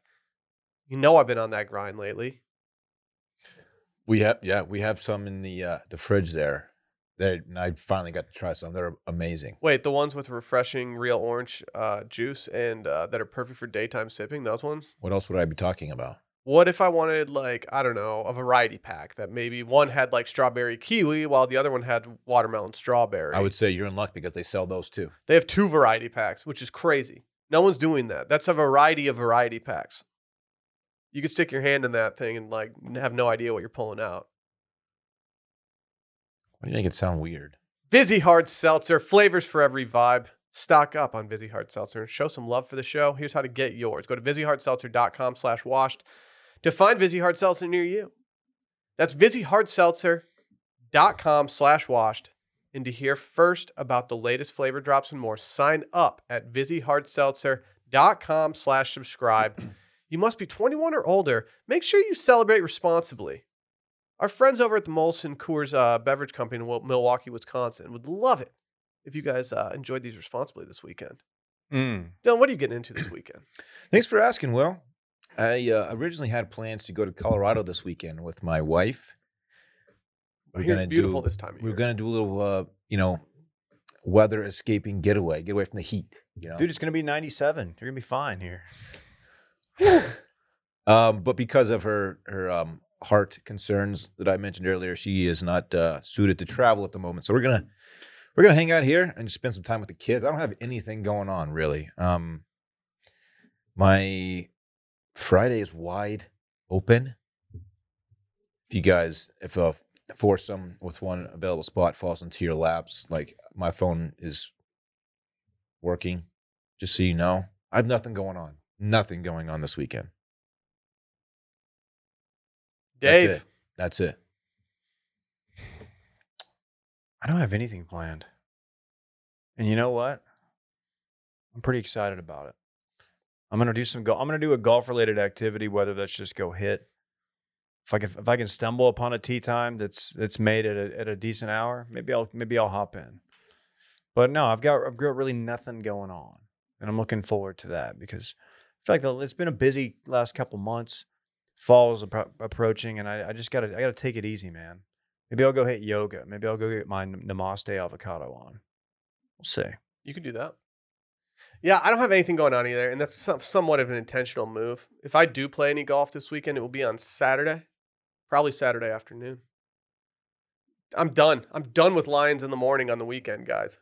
[SPEAKER 1] You know I've been on that grind lately.
[SPEAKER 3] We have, yeah, we have some in the uh, the fridge there. They, and I finally got to try some. They're amazing.
[SPEAKER 1] Wait, the ones with refreshing real orange uh, juice and uh, that are perfect for daytime sipping. Those ones.
[SPEAKER 3] What else would I be talking about?
[SPEAKER 1] What if I wanted like I don't know a variety pack that maybe one had like strawberry kiwi while the other one had watermelon strawberry?
[SPEAKER 3] I would say you're in luck because they sell those too.
[SPEAKER 1] They have two variety packs, which is crazy. No one's doing that. That's a variety of variety packs. You could stick your hand in that thing and like n- have no idea what you're pulling out.
[SPEAKER 3] Why do you make it sound weird?
[SPEAKER 1] Busy Hard Seltzer, flavors for every vibe. Stock up on Busy Hard Seltzer and show some love for the show. Here's how to get yours. Go to busyhardseltzer.com slash washed to find Busy Hard Seltzer near you. That's busyhardseltzer.com slash washed. And to hear first about the latest flavor drops and more, sign up at busyhardseltzer.com slash subscribe. You must be 21 or older. Make sure you celebrate responsibly. Our friends over at the Molson Coors uh, Beverage Company in Wil- Milwaukee, Wisconsin would love it if you guys uh, enjoyed these responsibly this weekend.
[SPEAKER 2] Mm.
[SPEAKER 1] Dylan, what are you getting into this weekend?
[SPEAKER 3] Thanks for asking, Will. I uh, originally had plans to go to Colorado this weekend with my wife.
[SPEAKER 1] I hear it's beautiful
[SPEAKER 3] do,
[SPEAKER 1] this time of
[SPEAKER 3] We're
[SPEAKER 1] year.
[SPEAKER 3] gonna do a little, uh, you know, weather escaping getaway, get away from the heat. You know,
[SPEAKER 2] Dude, it's gonna be 97. You're gonna be fine here.
[SPEAKER 3] Um, but because of her her um, heart concerns that I mentioned earlier, she is not uh, suited to travel at the moment. So we're gonna we're gonna hang out here and spend some time with the kids. I don't have anything going on really. Um, my Friday is wide open. If you guys, if a foursome with one available spot falls into your laps, like my phone is working. Just so you know, I have nothing going on. Nothing going on this weekend. That's
[SPEAKER 1] Dave,
[SPEAKER 3] it. That's it.
[SPEAKER 2] I don't have anything planned. And you know what? I'm pretty excited about it. I'm gonna do some go- I'm gonna do a golf related activity, whether that's just go hit. If I can if I can stumble upon a tea time that's that's made at a at a decent hour, maybe I'll maybe I'll hop in. But no, I've got I've got really nothing going on. And I'm looking forward to that because I feel like the- it's been a busy last couple months. Fall's appro- approaching, and I, I just gotta I gotta take it easy, man. Maybe I'll go hit yoga. Maybe I'll go get my n- Namaste avocado on. We'll see.
[SPEAKER 1] you can do that. Yeah, I don't have anything going on either, and that's some, somewhat of an intentional move. If I do play any golf this weekend, it will be on Saturday, probably Saturday afternoon. I'm done. I'm done with Lions in the morning on the weekend, guys.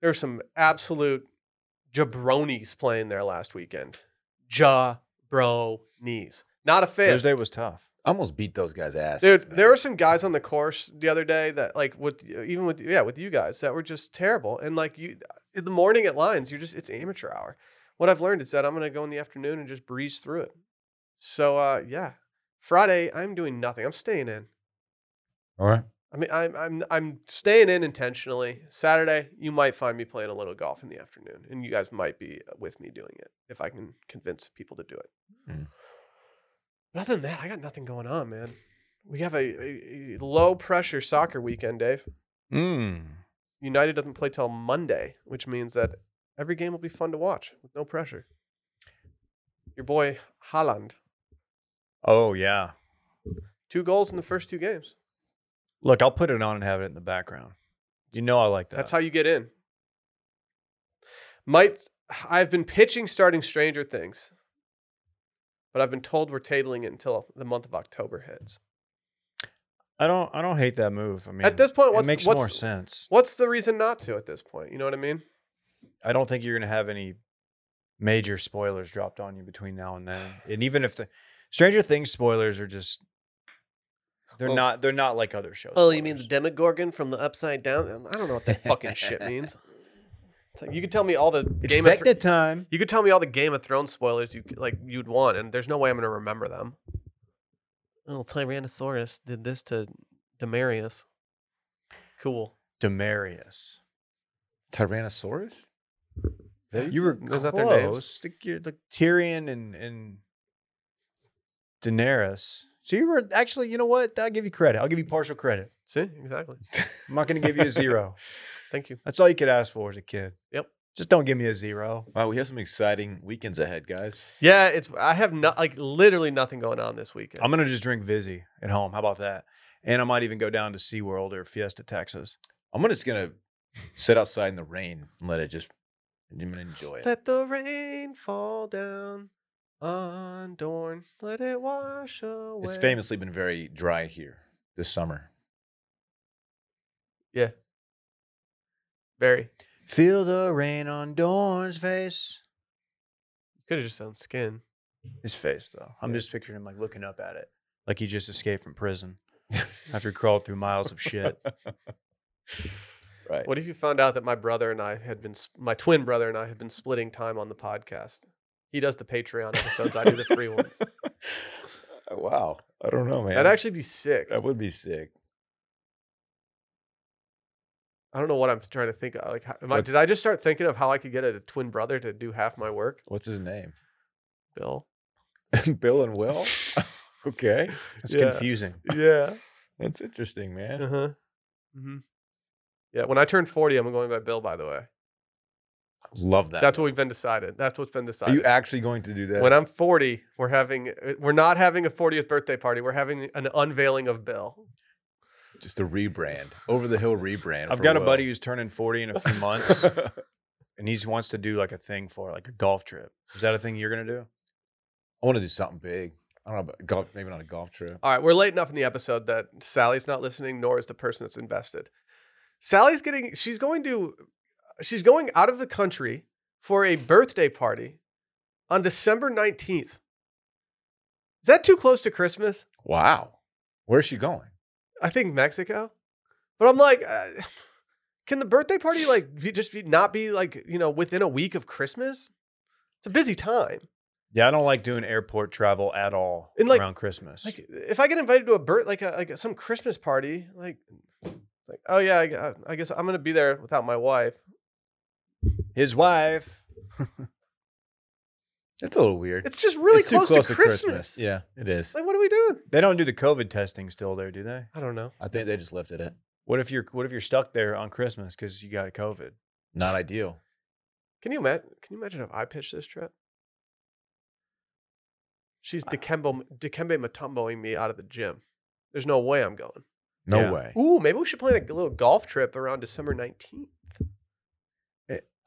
[SPEAKER 1] There were some absolute jabronis playing there last weekend. Jabronis. Not a fan.
[SPEAKER 2] Thursday was tough.
[SPEAKER 3] I almost beat those guys' ass.
[SPEAKER 1] Dude, there were some guys on the course the other day that like with even with yeah with you guys that were just terrible. And like you in the morning at lines, you're just it's amateur hour. What I've learned is that I'm gonna go in the afternoon and just breeze through it. So uh, yeah, Friday I'm doing nothing. I'm staying in.
[SPEAKER 3] All right.
[SPEAKER 1] I mean I'm I'm I'm staying in intentionally. Saturday you might find me playing a little golf in the afternoon, and you guys might be uh, with me doing it if I can convince people to do it.
[SPEAKER 3] Mm.
[SPEAKER 1] But other than that, I got nothing going on, man. We have a, a, a low pressure soccer weekend, Dave.
[SPEAKER 2] Mm.
[SPEAKER 1] United doesn't play till Monday, which means that every game will be fun to watch with no pressure. Your boy Haaland,
[SPEAKER 2] Oh yeah.
[SPEAKER 1] two goals in the first two games.
[SPEAKER 2] Look, I'll put it on and have it in the background. You know I like that.
[SPEAKER 1] That's how you get in. Might I've been pitching starting Stranger Things, but I've been told we're tabling it until the month of October hits.
[SPEAKER 2] I don't I don't hate that move. I mean,
[SPEAKER 1] at this point,
[SPEAKER 2] it
[SPEAKER 1] what's
[SPEAKER 2] makes
[SPEAKER 1] what's,
[SPEAKER 2] more sense.
[SPEAKER 1] What's the reason not to at this point? You know what I mean?
[SPEAKER 2] I don't think you're gonna have any major spoilers dropped on you between now and then. And even if the Stranger Things spoilers are just they're
[SPEAKER 1] Well- Oh,
[SPEAKER 2] not they're not like other shows.
[SPEAKER 1] Demogorgon from the Upside Down? Um, I don't know what that fucking shit means. It's like you could tell me all the
[SPEAKER 2] It's
[SPEAKER 1] Game of
[SPEAKER 2] Vecna
[SPEAKER 1] Thro-
[SPEAKER 2] time.
[SPEAKER 1] you could tell me all the Game of Thrones spoilers you c- like you'd want, and there's no way I'm gonna remember them. Little Tyrannosaurus did this to Demarius. Cool.
[SPEAKER 2] Demarius.
[SPEAKER 3] Tyrannosaurus?
[SPEAKER 2] You were
[SPEAKER 1] Those
[SPEAKER 2] close.
[SPEAKER 1] not their names?
[SPEAKER 2] The, you're- the Tyrion and and Daenerys. So you were actually, you know what? I'll give you credit. I'll give you
[SPEAKER 1] Mm.
[SPEAKER 2] partial credit.
[SPEAKER 1] See, exactly.
[SPEAKER 2] I'm not going to give you a zero.
[SPEAKER 1] Thank you.
[SPEAKER 2] That's all you could ask for as a kid.
[SPEAKER 1] Yep.
[SPEAKER 2] Just don't give me a zero.
[SPEAKER 3] Wow, we have some exciting weekends ahead, guys.
[SPEAKER 1] Yeah, it's I have not like literally nothing going on this weekend.
[SPEAKER 2] I'm going to just drink Vizzy at home. How about that? And I might even go down to SeaWorld or Fiesta, Texas.
[SPEAKER 3] I'm just gonna sit outside in the rain and let it just I'm gonna enjoy it.
[SPEAKER 1] Let the rain fall down on Dorn. Let it wash away.
[SPEAKER 3] It's famously been very dry here this summer.
[SPEAKER 1] Very.
[SPEAKER 2] Feel the rain on Dorn's face.
[SPEAKER 1] Could have just done skin.
[SPEAKER 2] His face, though. I'm just picturing him like looking up at it, like he just escaped from prison after he crawled through miles of shit.
[SPEAKER 3] Right.
[SPEAKER 1] What if you found out that my brother and I had been, sp- my twin brother and I had been splitting time on the podcast? He does the Patreon episodes, I do the free ones. Uh,
[SPEAKER 3] wow. I don't know, man.
[SPEAKER 1] That'd actually be sick.
[SPEAKER 3] that would be sick.
[SPEAKER 1] I don't know what I'm trying to think of. Like, how, am I,
[SPEAKER 3] What-
[SPEAKER 1] did I just start thinking of how I could get a twin brother to do half my work?
[SPEAKER 3] What's his name?
[SPEAKER 1] Bill.
[SPEAKER 3] Bill and Will? okay.
[SPEAKER 2] It's
[SPEAKER 1] Yeah.
[SPEAKER 2] confusing.
[SPEAKER 1] Yeah.
[SPEAKER 3] That's interesting, man.
[SPEAKER 1] Uh-huh.
[SPEAKER 3] Mm-hmm.
[SPEAKER 1] Uh huh. hmm Yeah. When I turn 40, I'm going by Bill, by the way.
[SPEAKER 3] Love that.
[SPEAKER 1] That's what we've been decided. That's what's been
[SPEAKER 3] Are
[SPEAKER 1] decided.
[SPEAKER 3] you actually going to do that?
[SPEAKER 1] when I'm 40, we're having uh, we're not having a 40th birthday party. We're having an unveiling of Bill.
[SPEAKER 3] Just a rebrand, over the hill rebrand.
[SPEAKER 2] I've
[SPEAKER 3] for
[SPEAKER 2] got a
[SPEAKER 3] Will.
[SPEAKER 2] buddy who's turning 40 in a few months, and he wants to do like a thing for like a golf trip. Is that a thing you're gonna do?
[SPEAKER 3] I want to do something big. I don't know about golf. Maybe not a golf trip.
[SPEAKER 1] All right, we're late enough in the episode that Sally's not listening, nor is the person that's invested. Sally's getting she's going to she's going out of the country for a birthday party on December 19th. Is that too close to Christmas?
[SPEAKER 3] Wow. Where's she going?
[SPEAKER 1] I think Mexico. But I'm like, uh, can the birthday party like be, just be, not be like you know within a week of Christmas? It's a busy time.
[SPEAKER 2] Yeah, I don't like doing airport travel at all
[SPEAKER 1] And, like-
[SPEAKER 2] around Christmas.
[SPEAKER 1] Like if I get invited to a birth like a, like some Christmas party, like like oh yeah, I, I guess I'm gonna be there without my wife.
[SPEAKER 2] His wife.
[SPEAKER 3] It's a little weird.
[SPEAKER 1] It's just really
[SPEAKER 3] It's too
[SPEAKER 1] close, to Christmas.
[SPEAKER 3] Yeah, it
[SPEAKER 1] It's
[SPEAKER 3] is.
[SPEAKER 1] like what are we doing?
[SPEAKER 2] They don't do the COVID testing still there, do they?
[SPEAKER 1] I don't know.
[SPEAKER 3] I think they just lifted it.
[SPEAKER 2] What if you're What if you're stuck there on Christmas because you got COVID?
[SPEAKER 3] Not ideal.
[SPEAKER 1] Can you imagine? Can you imagine if I pitched this trip? She's Dikembe Dikembe Mutomboing me out of the gym. There's no way I'm going.
[SPEAKER 3] No
[SPEAKER 2] Yeah.
[SPEAKER 3] way.
[SPEAKER 1] Ooh, maybe we should plan a little golf trip around December 19th.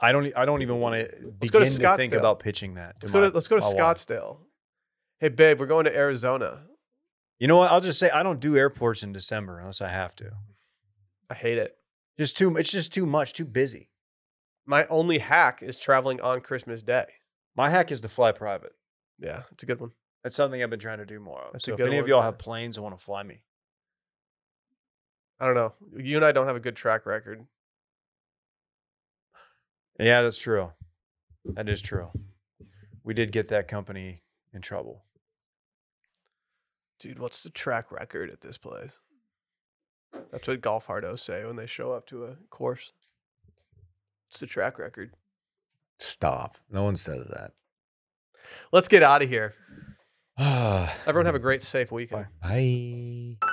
[SPEAKER 2] I don't. e, I don't even want to
[SPEAKER 1] go to
[SPEAKER 2] begin to think
[SPEAKER 1] Scottsdale.
[SPEAKER 2] about pitching that.
[SPEAKER 1] Let's go
[SPEAKER 2] my-
[SPEAKER 1] to let's go to
[SPEAKER 2] my wife.
[SPEAKER 1] Scottsdale. Hey babe, we're going to Arizona.
[SPEAKER 2] You know what? I'll just say I don't do airports in December unless I have to.
[SPEAKER 1] I hate it.
[SPEAKER 2] Just too. It's just too much. Too busy.
[SPEAKER 1] My only hack is traveling on Christmas Day.
[SPEAKER 2] My hack is to fly private.
[SPEAKER 1] Yeah, it's a good one.
[SPEAKER 2] That's something I've been trying to do more of.
[SPEAKER 1] That's a
[SPEAKER 2] so if
[SPEAKER 1] good
[SPEAKER 2] any of
[SPEAKER 1] one.
[SPEAKER 2] y'all have planes and want to fly me,
[SPEAKER 1] I don't know. You and I don't have a good track record.
[SPEAKER 2] yeah, that's true. That is true. We did get that company in trouble.
[SPEAKER 1] Dude, what's the track record at this place? That's what golf hardos say when they show up to a course. It's the track record.
[SPEAKER 3] Stop. No one says that.
[SPEAKER 1] Let's get out of here.
[SPEAKER 3] Ah.
[SPEAKER 1] Everyone have a great safe weekend.
[SPEAKER 2] Bye.
[SPEAKER 3] Bye.